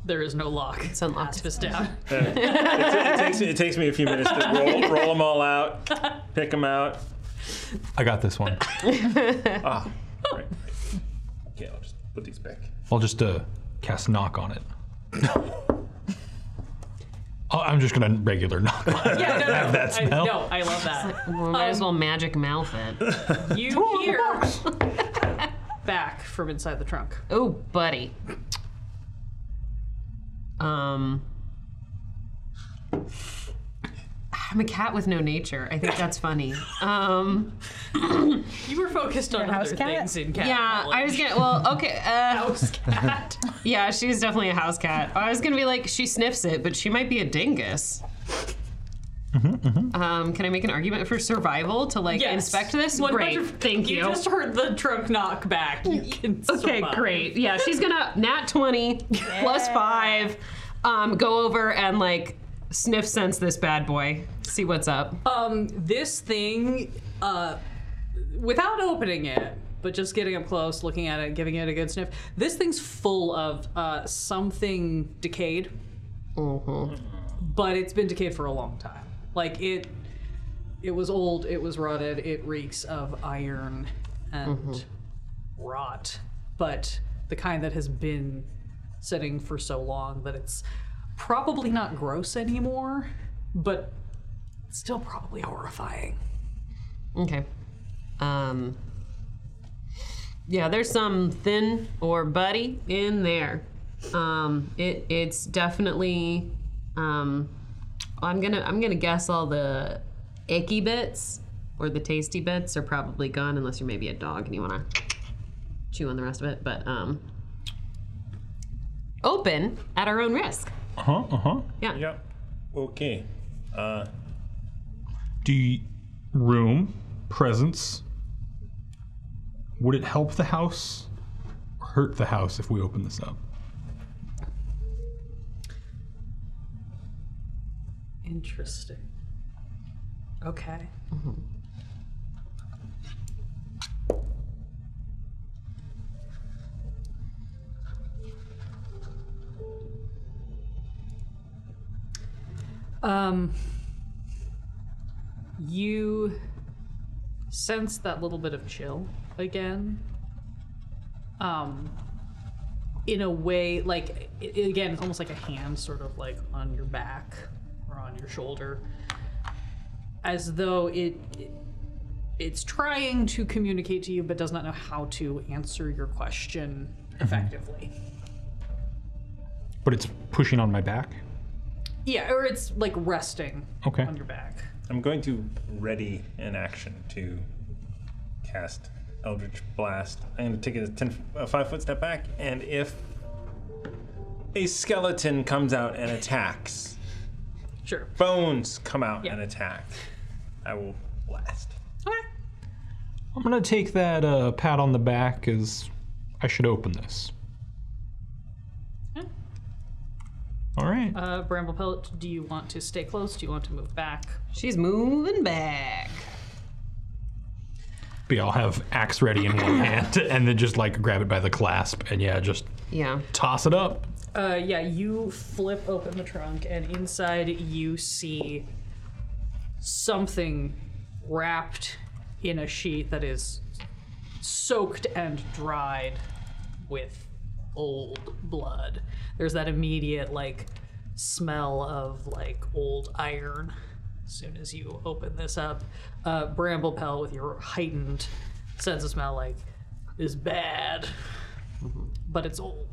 B: There is no lock. It's
F: unlocked.
B: It's down.
C: It takes, me, it takes me a few minutes to roll, roll them all out, pick them out.
D: I got this one.
C: Ah, right, right. Okay, I'll just put these back.
D: I'll just uh, cast knock on it. Oh, I'm just gonna regular knock. on it.
B: Yeah, no, no.
D: That
B: I,
D: smell?
B: no, I love that.
F: Well, might as
B: Um,
F: well magic mouth it.
B: You hear back from inside the trunk.
F: Oh, buddy. Um. I'm a cat with no nature. I think that's funny. Um,
B: You were focused on
E: a house
B: other
E: cat?
B: things in cat.
F: yeah, I
B: knowledge.
F: was gonna. Well, okay. Uh,
B: house cat.
F: yeah, she's definitely a house cat. I was gonna be like, she sniffs it, but she might be a dingus. Um, can I make an argument for survival to like
B: Yes.
F: inspect this?
B: One
F: Great,
B: hundred-
F: thank you.
B: You just heard the trunk knock back. You can
F: Okay,
B: survive.
F: great. Yeah, she's gonna nat twenty plus five. Um, go over and like sniff sense this bad boy. See what's up.
B: Um, this thing, uh, without opening it, but just getting up close, looking at it, giving it a good sniff, this thing's full of uh, something decayed, but it's been decayed for a long time. Like it, it was old, it was rotted, it reeks of iron and rot, but the kind that has been sitting for so long that it's probably not gross anymore, but still probably horrifying.
F: Okay. Um. Yeah, there's some thin or buddy in there. Um, it it's definitely. Um, I'm gonna I'm gonna guess all the icky bits or the tasty bits are probably gone unless you're maybe a dog and you wanna chew on the rest of it. But um, open at our own risk.
D: Uh huh. Uh huh.
C: Yep. Okay. Uh,
D: Do room presence? Would it help the house? or Hurt the house if we open this up?
B: Interesting. Okay. Um, you sense that little bit of chill again. Um, in a way, like i- i- again, it's almost like a hand, sort of like on your back or on your shoulder, as though it, it it's trying to communicate to you, but does not know how to answer your question effectively.
D: But it's pushing on my back.
B: Yeah, or it's like resting
D: Okay.
B: on your back.
C: I'm going to ready an action to cast Eldritch Blast. I'm going to take a, 10, a five foot step back, and if a skeleton comes out and attacks,
B: Sure.
C: bones come out
B: Yeah.
C: and attack, I will blast.
B: Okay.
D: I'm gonna take that uh, pat on the back as I should open this.
B: Yeah.
D: All right.
B: Uh, Bramble Pellet, do you want to stay close? Do you want to move back?
F: She's moving back.
D: But yeah, I'll have axe ready in one hand and then just like grab it by the clasp and yeah, just
F: Yeah.
D: toss it up.
B: Uh, yeah, you flip open the trunk, and inside you see something wrapped in a sheet that is soaked and dried with old blood. There's that immediate, like, smell of, like, old iron as soon as you open this up. Uh, Bramble Pell, with your heightened sense of smell, like, is bad, but it's old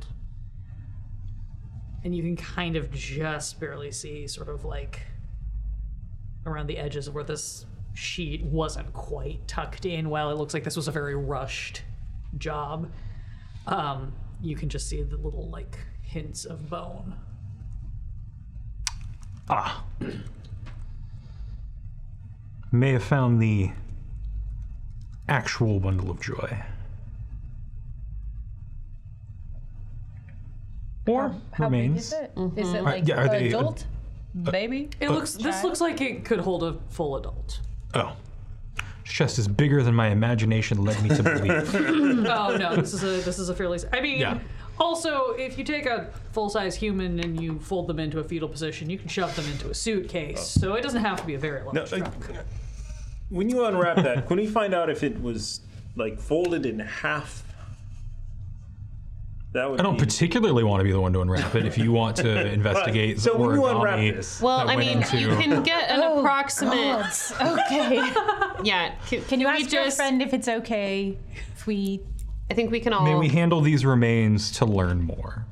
B: and you can kind of just barely see sort of like around the edges of where this sheet wasn't quite tucked in while it looks like this was a very rushed job um, you can just see the little like hints of bone
D: Ah. May have found the actual bundle of joy. Or
E: How big
D: remains.
E: is it? Is it
D: Right,
E: like
D: yeah, are they, uh,
E: adult? Baby?
B: it looks this
E: Child?
B: looks like it could hold a full adult
D: Oh. Chest is bigger than my imagination led me to believe.
B: oh no this is a this is a fairly i mean
D: Yeah.
B: also if you take a full-size human and you fold them into a fetal position you can shove them into a suitcase so it doesn't have to be a very large
C: No, uh, when you unwrap that, couldn't you find out if it was like folded in half? That would
D: I don't
C: be...
D: particularly want to be the one to unwrap it. If you want to investigate
C: So when you
D: origami-
C: unwrap this,
F: Well,
D: That
F: I
D: went
F: mean,
D: into-
F: you can get an
E: Oh,
F: approximate.
E: Okay.
F: Yeah.
E: Can you
F: we
E: ask your
F: just-
E: friend if it's okay if we
F: I think we can all.
D: May
B: Oh.
D: we handle these remains to learn more?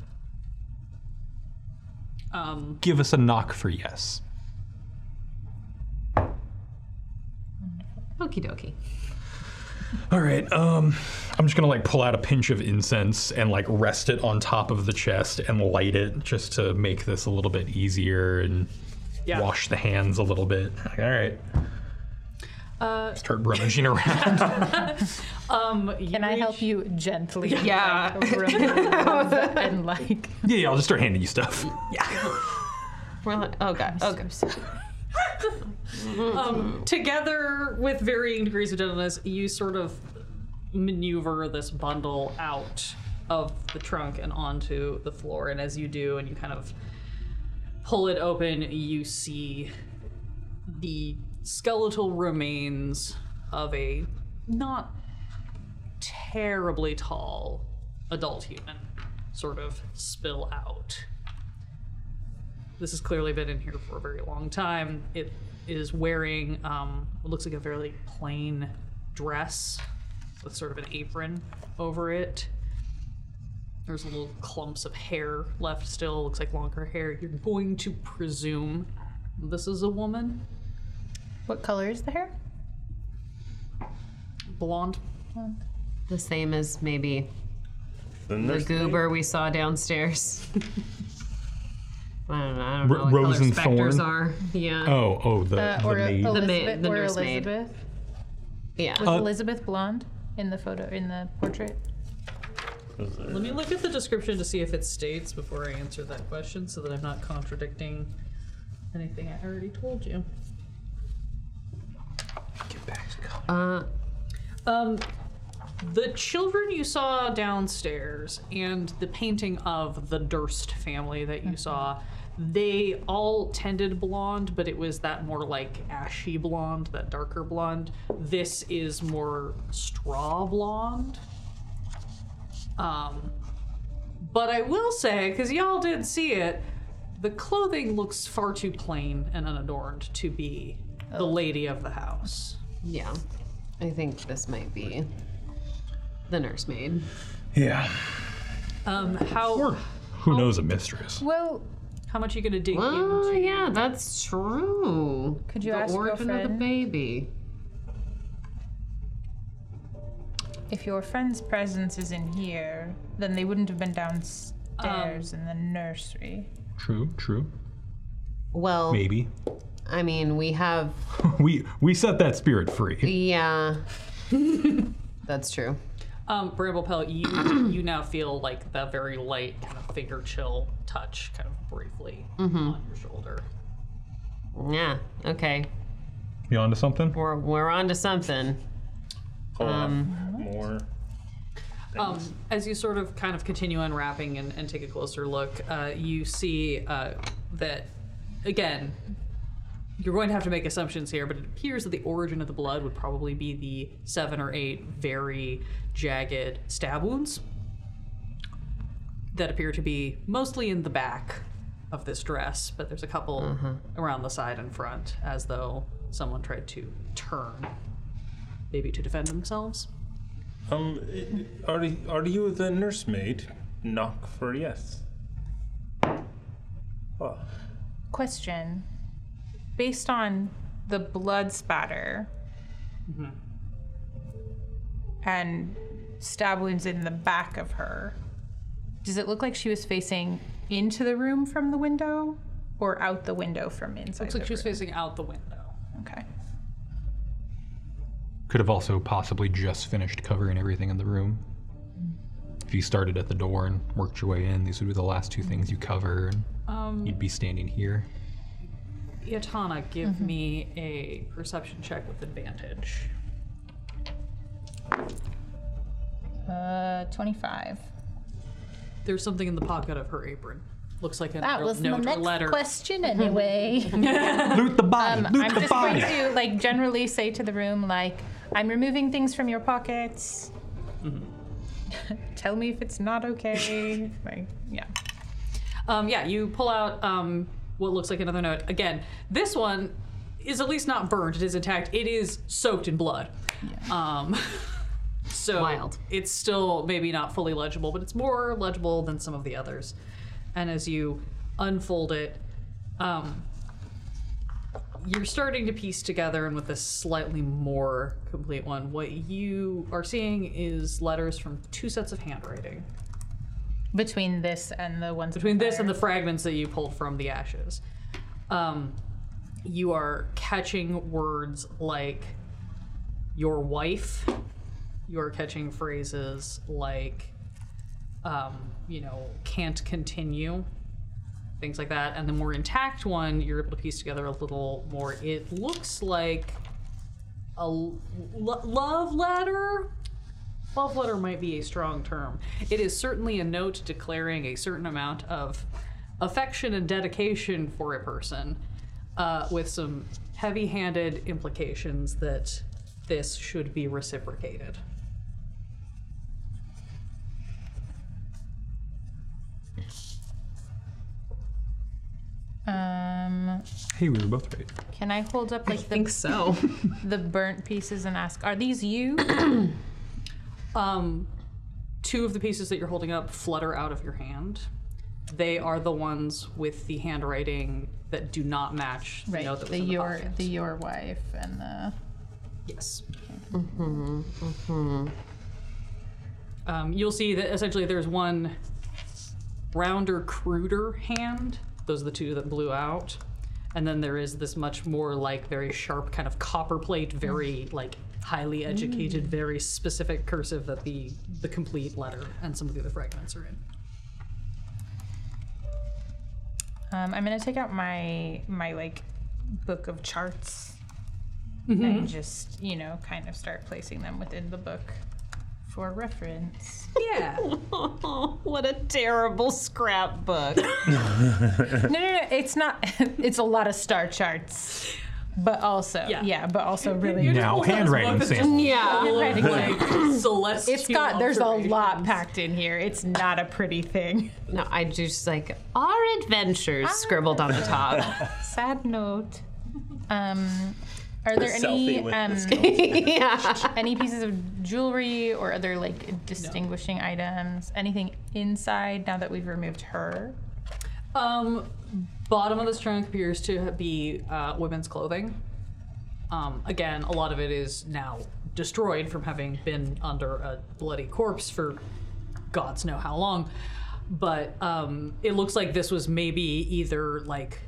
B: um
D: Give us a knock for yes.
F: Okie dokie.
D: All right. Um, I'm just gonna like pull out a pinch of incense and like rest it on top of the chest and light it just to make this a little bit easier and
B: Yeah.
D: wash the hands a little bit. Like, all right.
B: Uh,
D: Start rummaging around.
E: Can I help you gently?
F: Yeah.
E: like, remove and like
D: yeah, yeah, I'll just start handing you stuff.
F: We're like, oh god. Oh god.
B: um, together with varying degrees of gentleness, you sort of maneuver this bundle out of the trunk and onto the floor. And as you do, and you kind of pull it open, you see the skeletal remains of a not terribly tall adult human sort of spill out. This has clearly been in here for a very long time. It is wearing um, what looks like a fairly plain dress with sort of an apron over it. There's little clumps of hair left still, looks like longer hair. You're going to presume this is a woman,
E: what color is the hair?
B: blonde.
F: The same as maybe
C: then
F: the
C: there's
F: goober we saw downstairs. I don't know. I don't know
D: Ro-
F: what
D: Rose
F: color
D: and
F: specters
D: Thorn?
F: are. Yeah.
D: Oh, oh, the,
E: Uh,
D: the
E: or
D: maid. Uh,
E: Elizabeth,
F: the
E: or
F: nursemaid.
E: Elizabeth?
F: Yeah.
E: Was Elizabeth blonde in the photo in the portrait?
B: Let me look at the description to see if it states before I answer that question so that I'm not contradicting anything I already told you.
D: Bags of color.
F: Uh,
B: Um, the children you saw downstairs and the painting of the Durst family that you saw, they all tended blonde, but it was that more like ashy blonde, that darker blonde. This is more straw blonde. Um, but I will say, because y'all did see it, the clothing looks far too plain and unadorned to be the lady of the house.
F: yeah. I think this might be the nursemaid.
D: Yeah.
B: Um, how?
D: Or
E: Oh.
D: who knows a mistress?
E: Well,
B: How much you gonna dig
F: Oh,
B: into?
F: yeah, that's true.
E: Could you
F: the
E: ask
F: origin of the
E: girlfriend?
F: baby?
E: if your friend's presence is in here, then they wouldn't have been downstairs in the nursery.
D: True, true.
F: Well,
D: Maybe.
F: I mean, we have.
D: we we set that spirit free.
F: Yeah. that's true.
B: Um, Bramble Pelt, you you now feel like the very light kind of finger chill touch, kind of briefly on your shoulder.
F: Yeah. Okay.
D: You onto something?
F: We're we're on to something.
C: Pull off more.
B: Um, as you sort of kind of continue unwrapping and, and take a closer look, uh, you see uh, that again. You're going to have to make assumptions here, but it appears that the origin of the blood would probably be the seven or eight very jagged stab wounds that appear to be mostly in the back of this dress, but there's a couple around the side and front, as though someone tried to turn, maybe to defend themselves.
C: Um, are are you the nursemaid? Knock for yes. Oh,
E: Question. Based on the blood spatter
B: Mm-hmm.
E: and stab wounds in the back of her, does it look like she was facing into the room from the window or out the window from inside?
B: Looks like
E: the
B: she was
E: room?
B: facing out the window.
E: Okay.
D: Could have also possibly just finished covering everything in the room. If you started at the door and worked your way in, these would be the last two things you cover, and you'd be standing here.
B: Yatana, give
E: Mm-hmm.
B: me a perception check with advantage.
E: Uh, 25.
B: There's something in the pocket of her apron. Looks like a
E: That was my
B: note or
E: next
B: letter.
E: question anyway.
D: Loot the body!
E: Um,
D: loot
E: I'm
D: the
E: just
D: body!
E: going to like generally say to the room like, I'm removing things from your pockets.
B: Mm-hmm.
E: Tell me if it's not okay. like, yeah.
B: Um, yeah, you pull out um, what looks like another note. Again, this one is at least not burnt. It is intact. It is soaked in blood. Um, so
F: Wild.
B: It's still maybe not fully legible, but it's more legible than some of the others. And as you unfold it, um, you're starting to piece together, and with this slightly more complete one, what you are seeing is letters from two sets of handwriting
E: Between this and the ones
B: between this and the fragments that you pulled from the ashes, um, you are catching words like your wife. You are catching phrases like, um, you know, can't continue, things like that. And the more intact one, you're able to piece together a little more. It looks like a l- lo- love letter, Love letter might be a strong term. It is certainly a note declaring a certain amount of affection and dedication for a person, uh, with some heavy handed implications that this should be reciprocated.
E: um,
D: Hey, we were both right.
E: can I hold up like the,
F: think so.
E: the burnt pieces and ask, are these you?
B: Um, two of the pieces that you're holding up flutter out of your hand. They are the ones with the handwriting that do not match the note that was
E: the
B: in the
E: your
B: pocket.
E: the your wife and the
B: Yes. Mm-hmm, Um, you'll see that essentially there's one rounder, cruder hand. Those are the two that blew out. And then there is this much more like very sharp kind of copper plate, very like highly educated, very specific cursive that the the complete letter and some of the other fragments are in.
E: Um, I'm gonna take out my my like book of charts
B: Mm-hmm.
E: and just, you know, kind of start placing them within the book for reference.
B: Yeah.
F: Oh, what a terrible scrapbook.
E: no, no, no, it's not. It's a lot of star charts, but also,
B: Yeah.
E: yeah, but also really.
D: Now, handwriting sample.
F: yeah.
E: handwriting, like,
B: Celestial.
E: It's got there's a lot packed in here. It's not a pretty thing.
F: No, I just like our adventures scribbled on the top.
E: Sad note. Um, are there
C: Selfie
E: any
C: with
E: um,
F: yeah.
E: any pieces of jewelry or other like distinguishing items? Anything inside now that we've removed her?
B: Um, bottom of this trunk appears to be uh, women's clothing. Um, again, a lot of it is now destroyed from having been under a bloody corpse for gods know how long. But um, it looks like this was maybe either like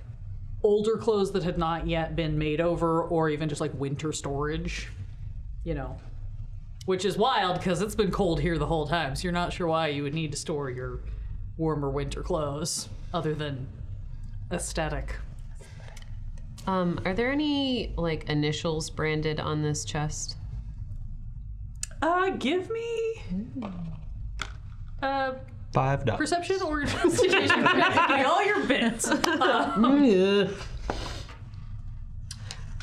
B: older clothes that had not yet been made over, or even just like winter storage, you know. Which is wild because it's been cold here the whole time, so you're not sure why you would need to store your warmer winter clothes other than aesthetic.
F: Um, are there any like initials branded on this chest?
B: Uh, give me. Uh,
D: Five dollars.
B: perception or investigation. Give me all your bits.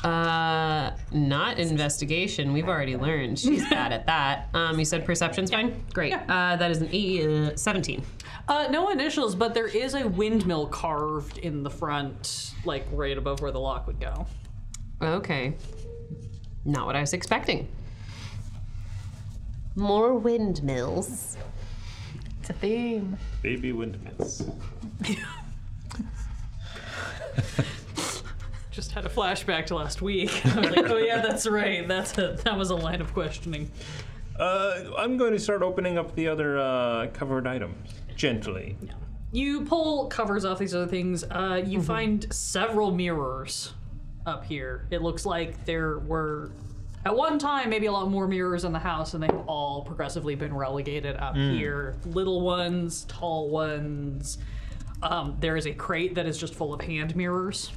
F: Uh, not investigation. We've already learned she's bad at that. Um, you said perception's fine. Great. Uh, that is an eight, uh, seventeen.
B: Uh, no initials, but there is a windmill carved in the front, like right above where the lock would go.
F: Okay. Not what I was expecting. More windmills.
E: It's a theme.
C: Baby windmills.
B: Just had a flashback to last week. I was like, oh yeah, that's right. That's a, that was a line of questioning.
C: Uh, I'm going to start opening up the other uh, covered items gently.
B: You pull covers off these other things. Uh, you find several mirrors up here. It looks like there were, at one time, maybe a lot more mirrors in the house, and they've all progressively been relegated up here. Little ones, tall ones. Um, there is a crate that is just full of hand mirrors.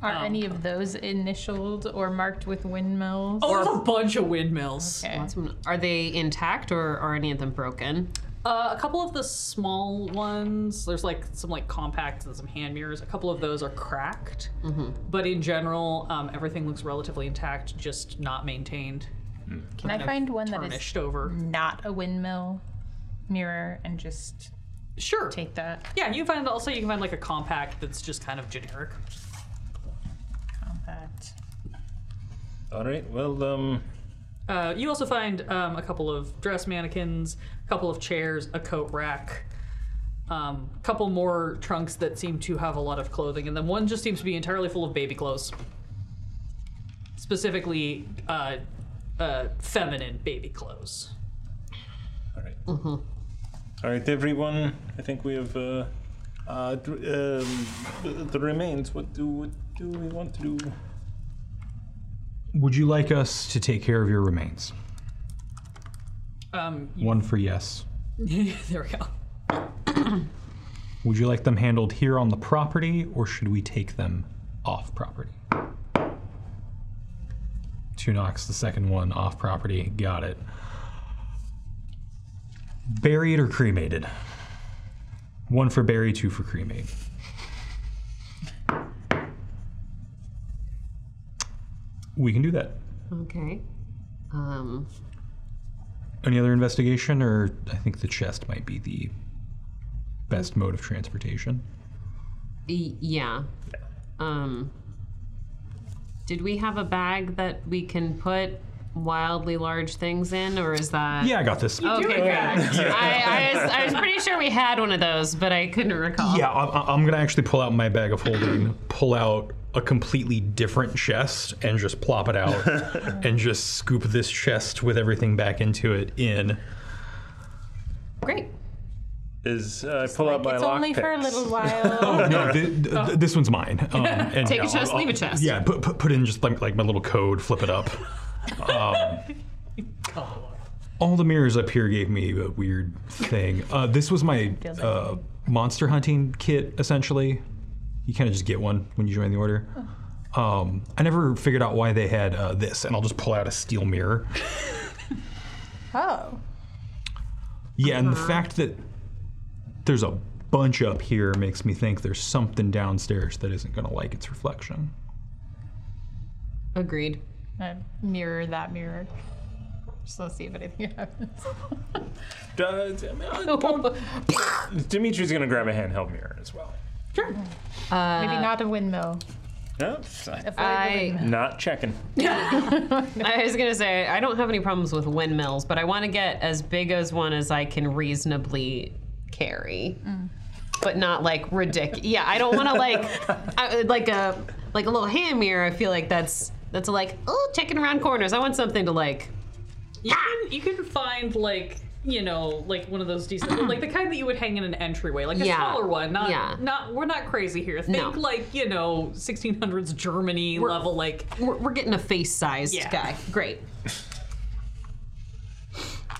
E: Are
B: Um,
E: any of those initialed or marked with windmills?
B: Oh, there's a bunch of windmills.
E: Okay.
F: Are they intact or are any of them broken?
B: Uh, a couple of the small ones, there's like some like compacts and some hand mirrors. A couple of those are cracked,
E: Mm-hmm.
B: but in general, um, everything looks relatively intact, just not maintained,
E: Can I find one that is
B: tarnished over.
E: not a windmill mirror and just
B: Sure.
E: take that?
B: Yeah, you find also you can find like a compact that's just kind of generic.
E: That.
C: All right, well, um,
B: Uh, you also find um, a couple of dress mannequins, a couple of chairs, a coat rack, a um, couple more trunks that seem to have a lot of clothing, and then one just seems to be entirely full of baby clothes. Specifically, uh, uh, feminine baby clothes.
C: all right.
E: Mm-hmm.
C: All right, everyone, I think we have uh, uh, dr- um, the- the remains. What do, what do we want to do?
D: Would you like us to take care of your remains?
B: Um,
D: One for yes.
B: there we go.
D: Would you like them handled here on the property, or should we take them off property? Two knocks, the second one off property. Got it. Buried or cremated? One for bury, two for cremate. We can do that.
F: Okay. Um,
D: Any other investigation, or I think the chest might be the best mode of transportation.
F: y- yeah. Um, did we have a bag that we can put wildly large things in, or is that?
D: Yeah, I got this.
F: Okay, good. I, I, was, I was pretty sure we had one of those, but I couldn't recall.
D: Yeah, I'm, I'm- I'm gonna actually pull out my bag of holding, pull out a completely different chest, and just plop it out, and just scoop this chest with everything back into it in.
F: Great.
C: Is uh, I pull out my
E: It's
C: lock
E: only for a
C: picks.
E: little while.
D: Oh no, th- th- th- this one's mine. Um, and
F: Take
D: yeah,
F: a chest,
D: I'll-
F: leave a chest.
D: Yeah, put, put put in just like, like my little code, flip it up. Um, all the mirrors up here gave me a weird thing. Uh, this was my uh, monster hunting kit, essentially. You kind of just get one when you join the order. Um, I never figured out why they had uh, this, and I'll just pull out a steel mirror.
E: Oh.
D: Yeah, and the fact that there's a bunch up here makes me think there's something downstairs that isn't going to like its reflection.
F: Agreed.
E: I mirror that mirror. Just let's see if anything happens.
C: Does, I mean,
E: Oh.
C: uh, Dimitri's gonna grab a handheld mirror as well.
E: Maybe not a windmill.
C: No,
F: I
C: not checking.
F: I was gonna say I don't have any problems with windmills, but I want to get as big as one as I can reasonably carry,
B: Mm.
F: but not like ridiculous. yeah, I don't want to like I, like a like a little hand mirror. I feel like that's that's like oh checking around corners. I want something to like Ah!
B: You can, you can find like you know like one of those decent like the kind that you would hang in an entryway, like a
F: Yeah.
B: smaller one. Not
F: Yeah.
B: not we're not crazy here. Think
F: No.
B: like you know 1600s Germany level like
F: we're, we're getting a face sized
B: Yeah.
F: guy. Great.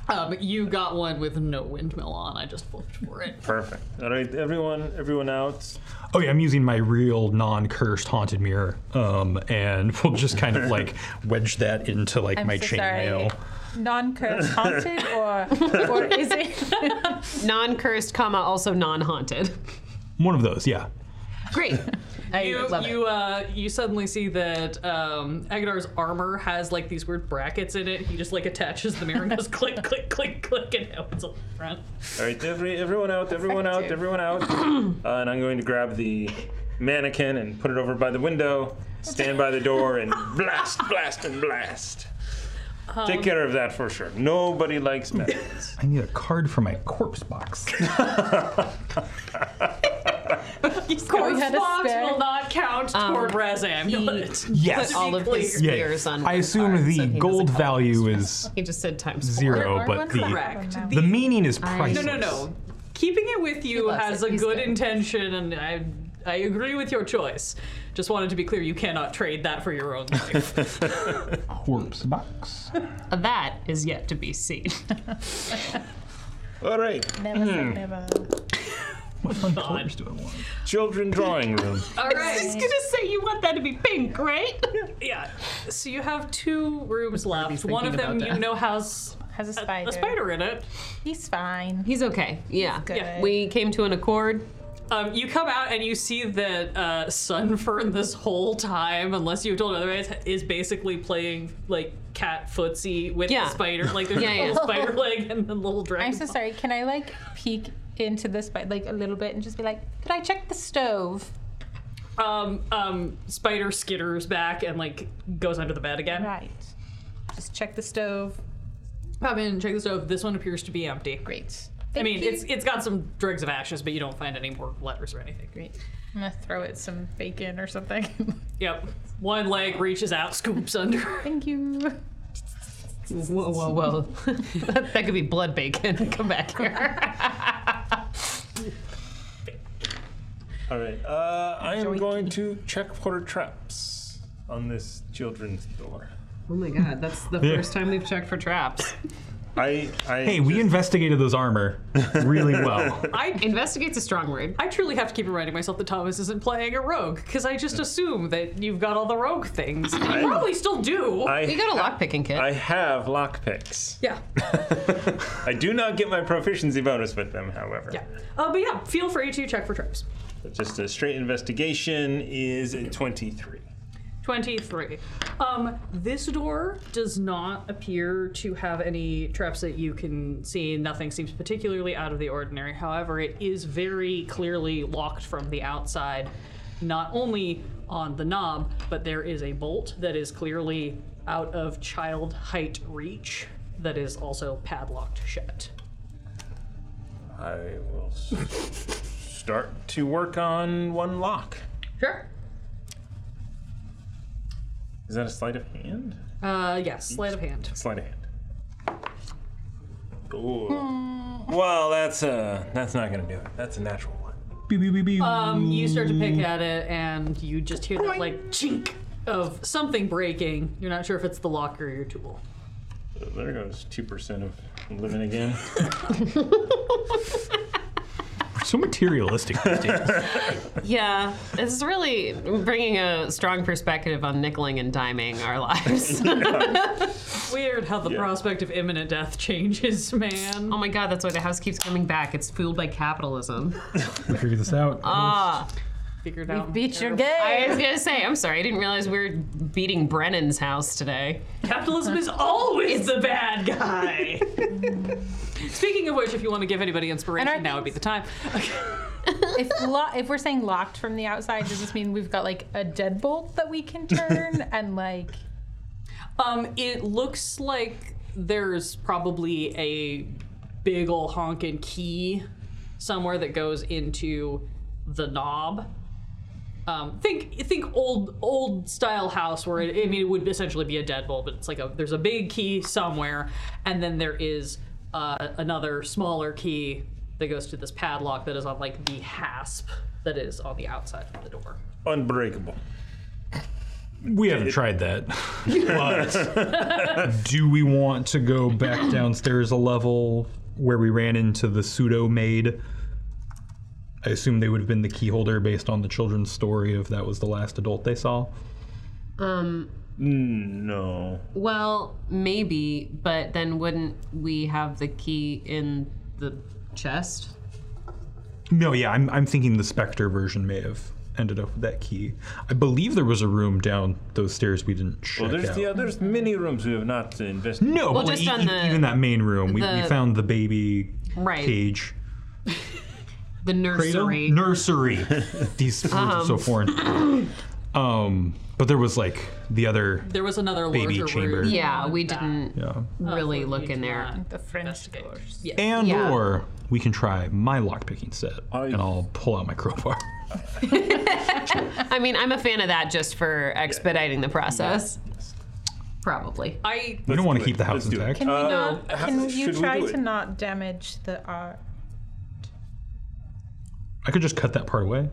B: um you got one with no windmill on. I just looked for it.
C: Perfect. All right, everyone, everyone out.
D: Oh yeah, I'm using my real non-cursed haunted mirror, um, and we'll just kind of like wedge that into like
E: I'm
D: my
E: so sorry.
D: chainmail.
E: Non-cursed haunted, or or is it?
F: Non cursed, comma also non haunted.
D: One of those, yeah.
F: Great. I
B: You
F: love it.
B: you uh you suddenly see that um Agnar's armor has like these weird brackets in it. He just like attaches the mirror and goes click click click click and now it's all front.
C: All right, every, everyone out, everyone out,
E: Effective.
C: everyone out. Uh, and I'm going to grab the mannequin and put it over by the window, stand by the door, and blast, blast, and blast. Take care of that for sure. Nobody likes mannequins.
D: I need a card for my corpse box.
E: We had a
B: Fox
E: spare.
B: will not count toward Razam. You'll let it-
D: yes.
F: all of
B: clear.
F: these spears on.
D: I
F: one
D: assume
F: card,
D: the
F: so he doesn't
D: gold
F: have-
D: value is
F: He just said times four.
D: zero,
E: Or
D: Oh, but
E: one's
D: the
E: correct.
B: Correct.
D: the meaning is
B: No,
D: priceless.
B: no, no. Keeping it with you
E: loves
B: has
E: it.
B: a
E: He's
B: good
E: good.
B: intention, and I, I agree with your choice. Just wanted to be clear, you cannot trade that for your own life.
D: Corpse box.
F: That is yet to be seen.
C: All right,
E: Never, say
D: Hmm.
E: never.
D: What fun corpse do I want?
C: children drawing room.
B: All
F: Just
B: right.
F: gonna say you want that to be pink, right?
B: Yeah. So you have two rooms left. One of them
F: thinking about
B: you know has
E: Has a Uh, spider.
B: a spider in it.
E: He's fine.
F: He's okay. Yeah.
E: Good.
B: Yeah,
F: We came to an accord.
B: Um, you come out and you see that uh, Sunfern this whole time, unless you told otherwise, is basically playing like cat footsie with
F: Yeah.
B: the spider. Like there's
F: Yeah,
B: a
F: yeah.
B: little spider leg and then little dragon.
E: I'm so sorry. Can I like peek into the spider like a little bit and just be like, could I check the stove?
B: um, um, spider skitters back and like goes under the bed again.
E: Right. Just check the stove.
B: Pop in and check the stove. This one appears to be empty.
E: Great.
B: I
E: Thank
B: mean,
E: you.
B: it's it's got some dregs of ashes, but you don't find any more letters or anything.
E: Great. I'm gonna throw it some bacon or something.
B: Yep. One leg reaches out, scoops under.
E: Thank you.
F: Whoa, whoa, whoa. that, that could be blood bacon. Come back here.
C: All right, uh, I am
E: Joinky.
C: going to check for traps on this children's door.
F: oh my god, that's the first time we've checked for traps.
C: I, I
D: Hey, we
C: just-
D: investigated those armor really well.
B: I
F: Investigate's a strong word.
B: I truly have to keep reminding myself that Thomas isn't playing a rogue because I just assume that you've got all the rogue things. You probably still do.
C: I,
F: We got a lockpicking kit.
C: I have lockpicks.
B: yeah.
C: I do not get my proficiency bonus with them, however.
B: Yeah. Uh, but yeah, feel free to check for traps.
C: Just a straight investigation is a 23.
B: 23. Um, this door does not appear to have any traps that you can see. Nothing seems particularly out of the ordinary. However, it is very clearly locked from the outside, not only on the knob, but there is a bolt that is clearly out of child height reach that is also padlocked shut.
C: I will s- start to work on one lock.
B: Sure.
C: Is that a sleight of hand?
B: Uh, yes, sleight of hand.
C: Sleight of hand. Ooh. Well, that's uh, that's not gonna do it. That's a natural one.
B: Um, you start to pick at it, and you just hear that like chink of something breaking. You're not sure if it's the locker or your tool.
C: So there goes two percent of living again.
D: So materialistic these days.
F: Yeah, this is really bringing a strong perspective on nickeling and diming our lives.
B: Weird how the prospect of imminent death changes, man.
F: oh
E: Um,
F: my god, that's why the house keeps coming back. It's fueled by capitalism.
D: we figured this out.
B: Um,
F: Ah,
B: Figured out.
E: Beat your
F: I
E: game.
F: was gonna say, I'm sorry, I didn't realize we were beating Brennan's house today.
B: Capitalism is always the bad guy. Speaking of which, if you want to give anybody
E: And our
B: inspiration, now would be the time.
E: If lo- if we're saying locked from the outside, does this mean we've got like a deadbolt that we can turn and like
B: Um, it looks like there's probably a big ol' honkin' key somewhere that goes into the knob. Um, think think old old style house where it, I mean it would essentially be a deadbolt, but it's like a there's a big key somewhere, and then there is uh, another smaller key that goes to this padlock that is on like the hasp that is on the outside of the door.
C: Unbreakable.
D: We haven't tried that. but do we want to go back downstairs a level where we ran into the pseudo maid? I assume they would have been the key holder based on the children's story if that was the last adult they saw.
F: Um,
C: No.
F: well, maybe, but then wouldn't we have the key in the chest?
D: No, yeah, I'm, I'm thinking the Spectre version may have ended up with that key. I believe there was a room down those stairs we didn't check
C: Well, there's
D: out.
C: the there's many rooms we have not investigated.
D: no,
F: Well,
D: but
F: just
D: e-
F: on
D: e-
F: the-
D: even that main room, we,
F: the-
D: we found the baby
F: Right.
D: cage.
F: The nursery.
D: Nursery. These words are so foreign. Um, but there was like the other.
B: There was another
D: Baby
B: larger
D: chamber.
B: room.
F: yeah, we didn't
D: Yeah.
F: really look
B: into
F: in there.
B: that.
E: the French doors?
B: Yeah.
D: And
F: Yeah.
D: or we can try my lockpicking set,
C: I-
D: and I'll pull out my crowbar.
F: I mean, I'm a fan of that just for expediting the process. Probably.
B: I
D: we don't want
C: do
D: to keep
C: it.
D: the house
C: Let's do it.
D: intact.
E: Can we
C: Uh,
E: not?
C: how-
E: Can you
C: should we
E: try
C: do
E: to
C: it?
E: not damage the uh, art?
D: I could just cut that part away.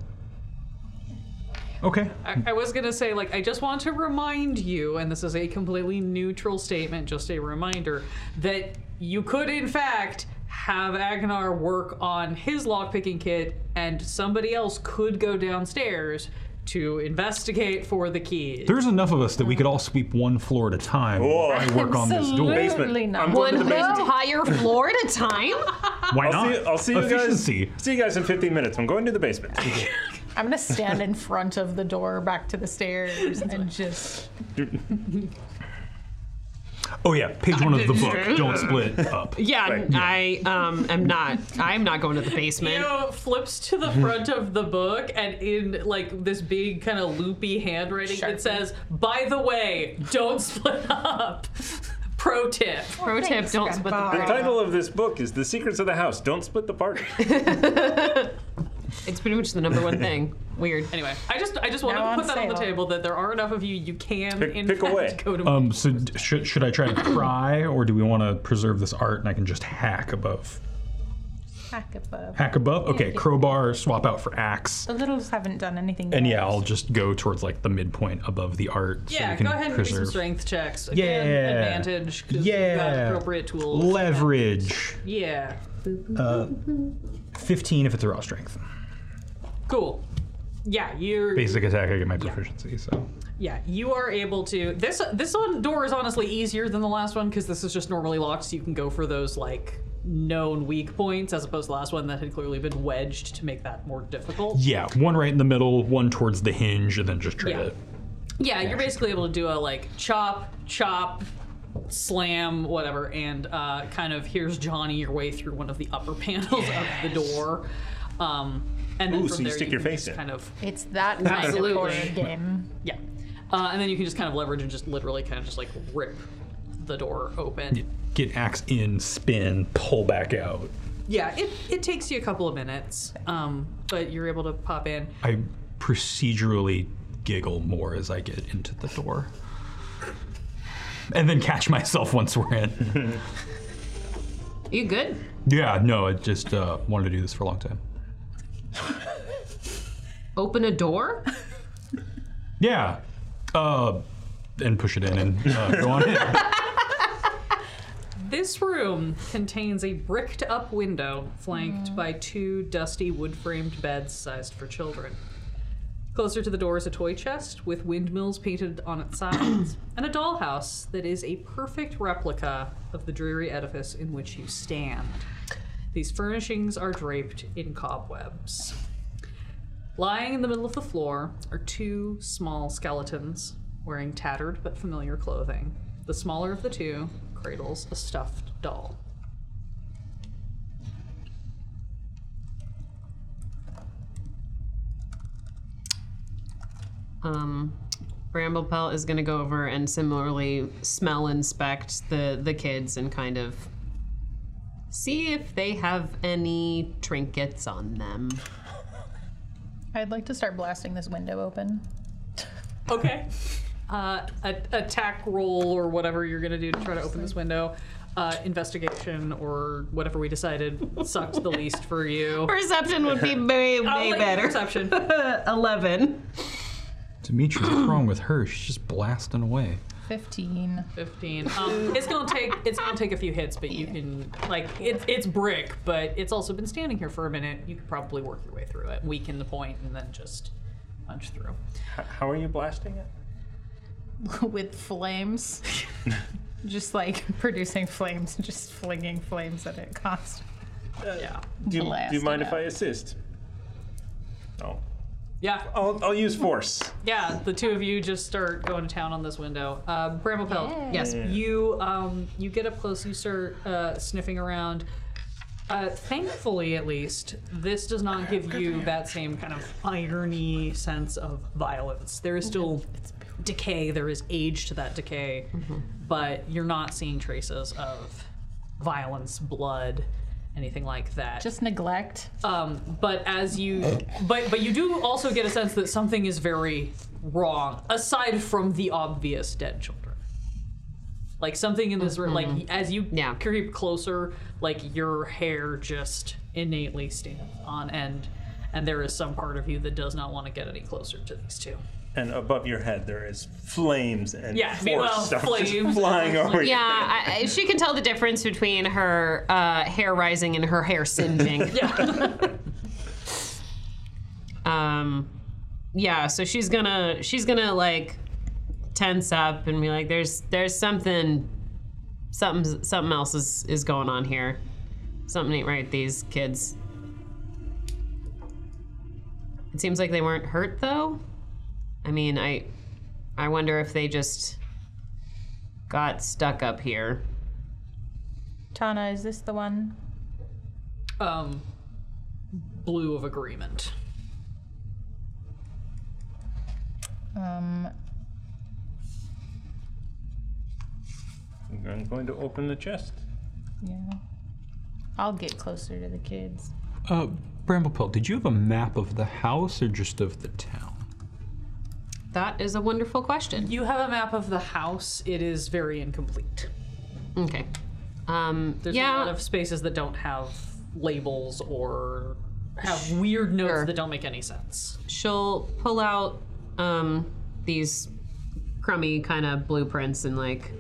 D: Okay.
B: I, I was gonna say, like, I just want to remind you, and this is a completely neutral statement, just a reminder, that you could, in fact, have Agnar work on his lockpicking kit, and somebody else could go downstairs to investigate for the keys.
D: There's enough of us that we could all sweep one floor at a time.
C: Oh,
D: while I work on this door.
C: Basement.
E: Absolutely not.
C: I'm going
F: One
C: to the basement.
F: entire floor at a time?
D: Why
C: I'll
D: not?
C: see, I'll see you
D: Efficiency.
C: guys. See you guys in 15 minutes. I'm going to the basement.
E: I'm gonna stand in front of the door back to the stairs and just
D: Oh yeah, page one of the book. Don't split up.
F: Yeah,
C: Right.
F: I um, am not. I'm not going to the basement.
B: Theo flips to the front of the book and in like this big kind of loopy handwriting
E: Sharpie.
B: that says, "By the way, don't split up." Pro tip.
F: Pro tip:
E: Thanks,
F: Don't split the
E: Grandpa.
C: The
F: party.
C: title of this book is The Secrets of the House. Don't split the party.
F: It's pretty much the number one thing. Weird.
B: Anyway, I just I just wanted
E: Now
B: to put
E: on
B: that on the
E: sale.
B: table that there are enough of you. You can
C: Pick-
B: in
C: pick
B: fact
C: away.
B: go to.
D: Um, so d- should, should I try to cry, or do we want to preserve this art and I can just hack above?
E: hack above.
D: Hack above? Okay, crowbar, swap out for axe.
E: The littles haven't done anything.
D: And
E: yet.
D: yeah, I'll just go towards like the midpoint above the art. so
B: yeah,
D: we can
B: go ahead and do some
D: preserve.
B: strength checks. Again,
D: Yeah.
B: advantage. 'cause You've
D: Yeah.
B: got appropriate tools.
D: Leverage.
B: yeah.
D: 15 if it's a raw strength.
B: Cool. Yeah, you're.
D: Basic attack, I get my proficiency, so.
B: Yeah, you are able to. This this one door is honestly easier than the last one because this is just normally locked, so you can go for those like known weak points as opposed to the last one that had clearly been wedged to make that more difficult.
D: Yeah, one right in the middle, one towards the hinge, and then just try
B: Yeah.
D: to.
B: Yeah, you're basically able to do a like chop, chop, slam, whatever, and uh, kind of here's Johnny your way through one of the upper panels of the door. Um, and then
C: Ooh,
B: from
C: so you
B: there
C: stick your
B: can
C: face
B: just
C: in.
B: Kind of,
E: It's that kind
F: Absolutely.
E: of horror game.
B: yeah. Uh, and then you can just kind of leverage and just literally kind of just like rip the door open. Yeah,
D: Get axe in, spin, pull back out.
B: it, it takes you a couple of minutes, um, but you're able to pop in.
D: I procedurally giggle more as I get into the door. And then catch myself once we're in.
F: You good?
D: yeah, no, I just uh, wanted to do this for a long time.
F: Open a door?
D: Yeah. Uh, and push it in and uh, go on in.
B: This room contains a bricked up window flanked by two dusty wood framed beds sized for children. Closer to the door is a toy chest with windmills painted on its sides and a dollhouse that is a perfect replica of the dreary edifice in which you stand. These furnishings are draped in cobwebs. Lying in the middle of the floor are two small skeletons wearing tattered but familiar clothing. The smaller of the two cradles a stuffed doll.
F: Um, Bramblepelt is going to go over and similarly smell inspect the the kids and kind of see if they have any trinkets on them.
E: I'd like to start blasting this window open.
B: Okay. Uh, a- attack roll or whatever you're gonna do to try to open this window. Uh, investigation or whatever we decided sucked the least for you.
F: Perception would be way,
B: I'll
F: way
B: let you
F: better.
B: Perception.
F: Eleven.
D: Dimitri, what's wrong with her? She's just blasting away.
E: 15.
B: 15 um, it's gonna take it's gonna take a few hits but you can like it's it's brick but it's also been standing here for a minute you could probably work your way through it weaken the point and then just punch through
C: H- how are you blasting it?
E: With flames. just like producing flames and just flinging flames at it constantly.
B: yeah
C: Do you,
E: Blast
C: do you mind
E: it
C: if I assist? Oh,
B: yeah
C: I'll, I'll use force.
B: yeah the two of you just start going to town on this window uh, bramble pelt
F: Yes.
B: you um, you get up close you start uh, sniffing around uh, thankfully at least this does not give you that same kind of irony sense of violence there is still decay there is age to that decay but you're not seeing traces of violence blood anything like that
E: Just neglect.
B: um, but as you, but but you do also get a sense that something is very wrong, aside from the obvious dead children. Like something in this room, like as you
F: Yeah.
B: creep closer, like your hair just innately stands on end, and there is some part of you that does not want to get any closer to these two.
C: And above your head, there is flames and
B: Yeah,
C: force
B: meanwhile,
C: stuff
B: flames.
C: just flying over you.
F: Yeah, I, I- she can tell the difference between her uh, hair rising and her hair singeing.
B: Yeah.
F: um, yeah. So she's gonna she's gonna like tense up and be like, "There's there's something, something something else is is going on here. Something ain't right. with These kids. It seems like they weren't hurt though. I mean, I I wonder if they just got stuck up here."
E: Tana, is this the one?
B: um, blue of agreement.
E: Um,
C: I'm going to open the chest.
E: yeah. I'll get closer to the kids.
D: Uh, Bramblepelt, did you have a map of the house or just of the town?
F: That is a wonderful question.
B: You have a map of the house. It is very incomplete.
F: Okay. Um,
B: There's
F: yeah.
B: a lot of spaces that don't have labels or have weird notes
F: Sure.
B: that don't make any sense.
F: she'll pull out um, these crummy kind of blueprints and like.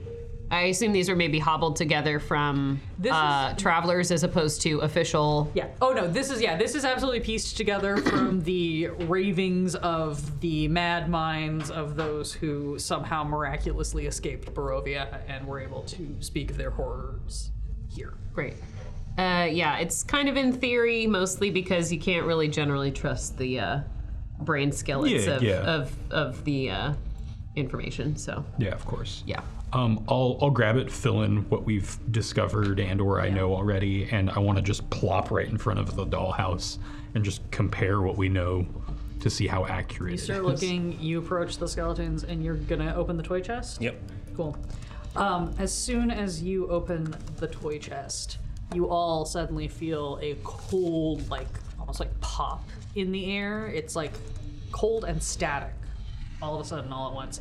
F: I assume these are maybe hobbled together from
B: This
F: uh, travelers as opposed to official.
B: Yeah. Oh no, this is yeah, this is absolutely pieced together from the ravings of the mad minds of those who somehow miraculously escaped Barovia and were able to speak of their horrors here.
F: Great. Uh, yeah, it's kind of in theory mostly because you can't really generally trust the uh, brain skillets
D: Yeah,
F: of,
D: yeah.
F: of of the uh, information. So
D: Yeah, of course.
F: yeah.
D: Um, I'll I'll grab it, fill in what we've discovered and or I know already, and I want to just plop right in front of the dollhouse and just compare what we know to see how accurate
B: You
D: it
B: start
D: is.
B: looking, you approach the skeletons, and you're gonna open the toy chest?
C: Yep.
B: Cool. Um, as soon as you open the toy chest, you all suddenly feel a cold, like almost like pop in the air. It's like cold and static all of a sudden, all at once,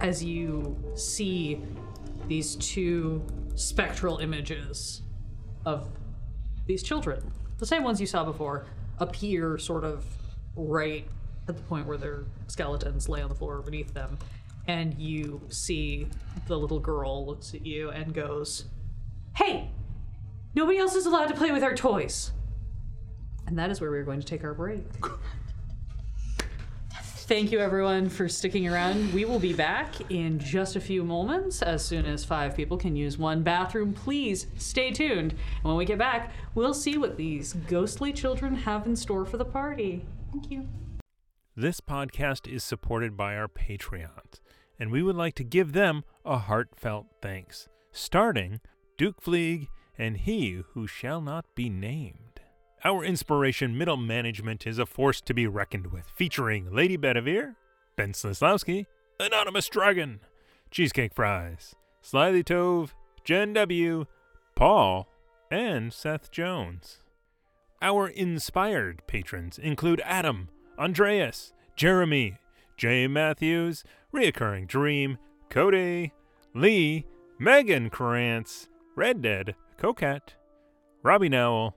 B: as you see these two spectral images of these children, the same ones you saw before, appear sort of right at the point where their skeletons lay on the floor beneath them. And you see the little girl looks at you and goes, Hey, nobody else is allowed to play with our toys. And that is where we're going to take our break. Thank you, everyone, for sticking around. We will be back in just a few moments. As soon as five people can use one bathroom, please stay tuned. And when we get back, we'll see what these ghostly children have in store for the party. Thank you.
C: This podcast is supported by our Patreons, and we would like to give them a heartfelt thanks, starting Duke Fleeg and He Who Shall Not Be Named. Our inspiration, Middle Management, is a force to be reckoned with, featuring Lady Bedivere, Ben Slislawski, Anonymous Dragon, Cheesecake Fries, Slyly Tove, Jen W., Paul, and Seth Jones. Our inspired patrons include Adam, Andreas, Jeremy, Jay Matthews, Reoccurring Dream, Cody, Lee, Megan Krantz, Red Dead, Coquette, Robbie Nowell,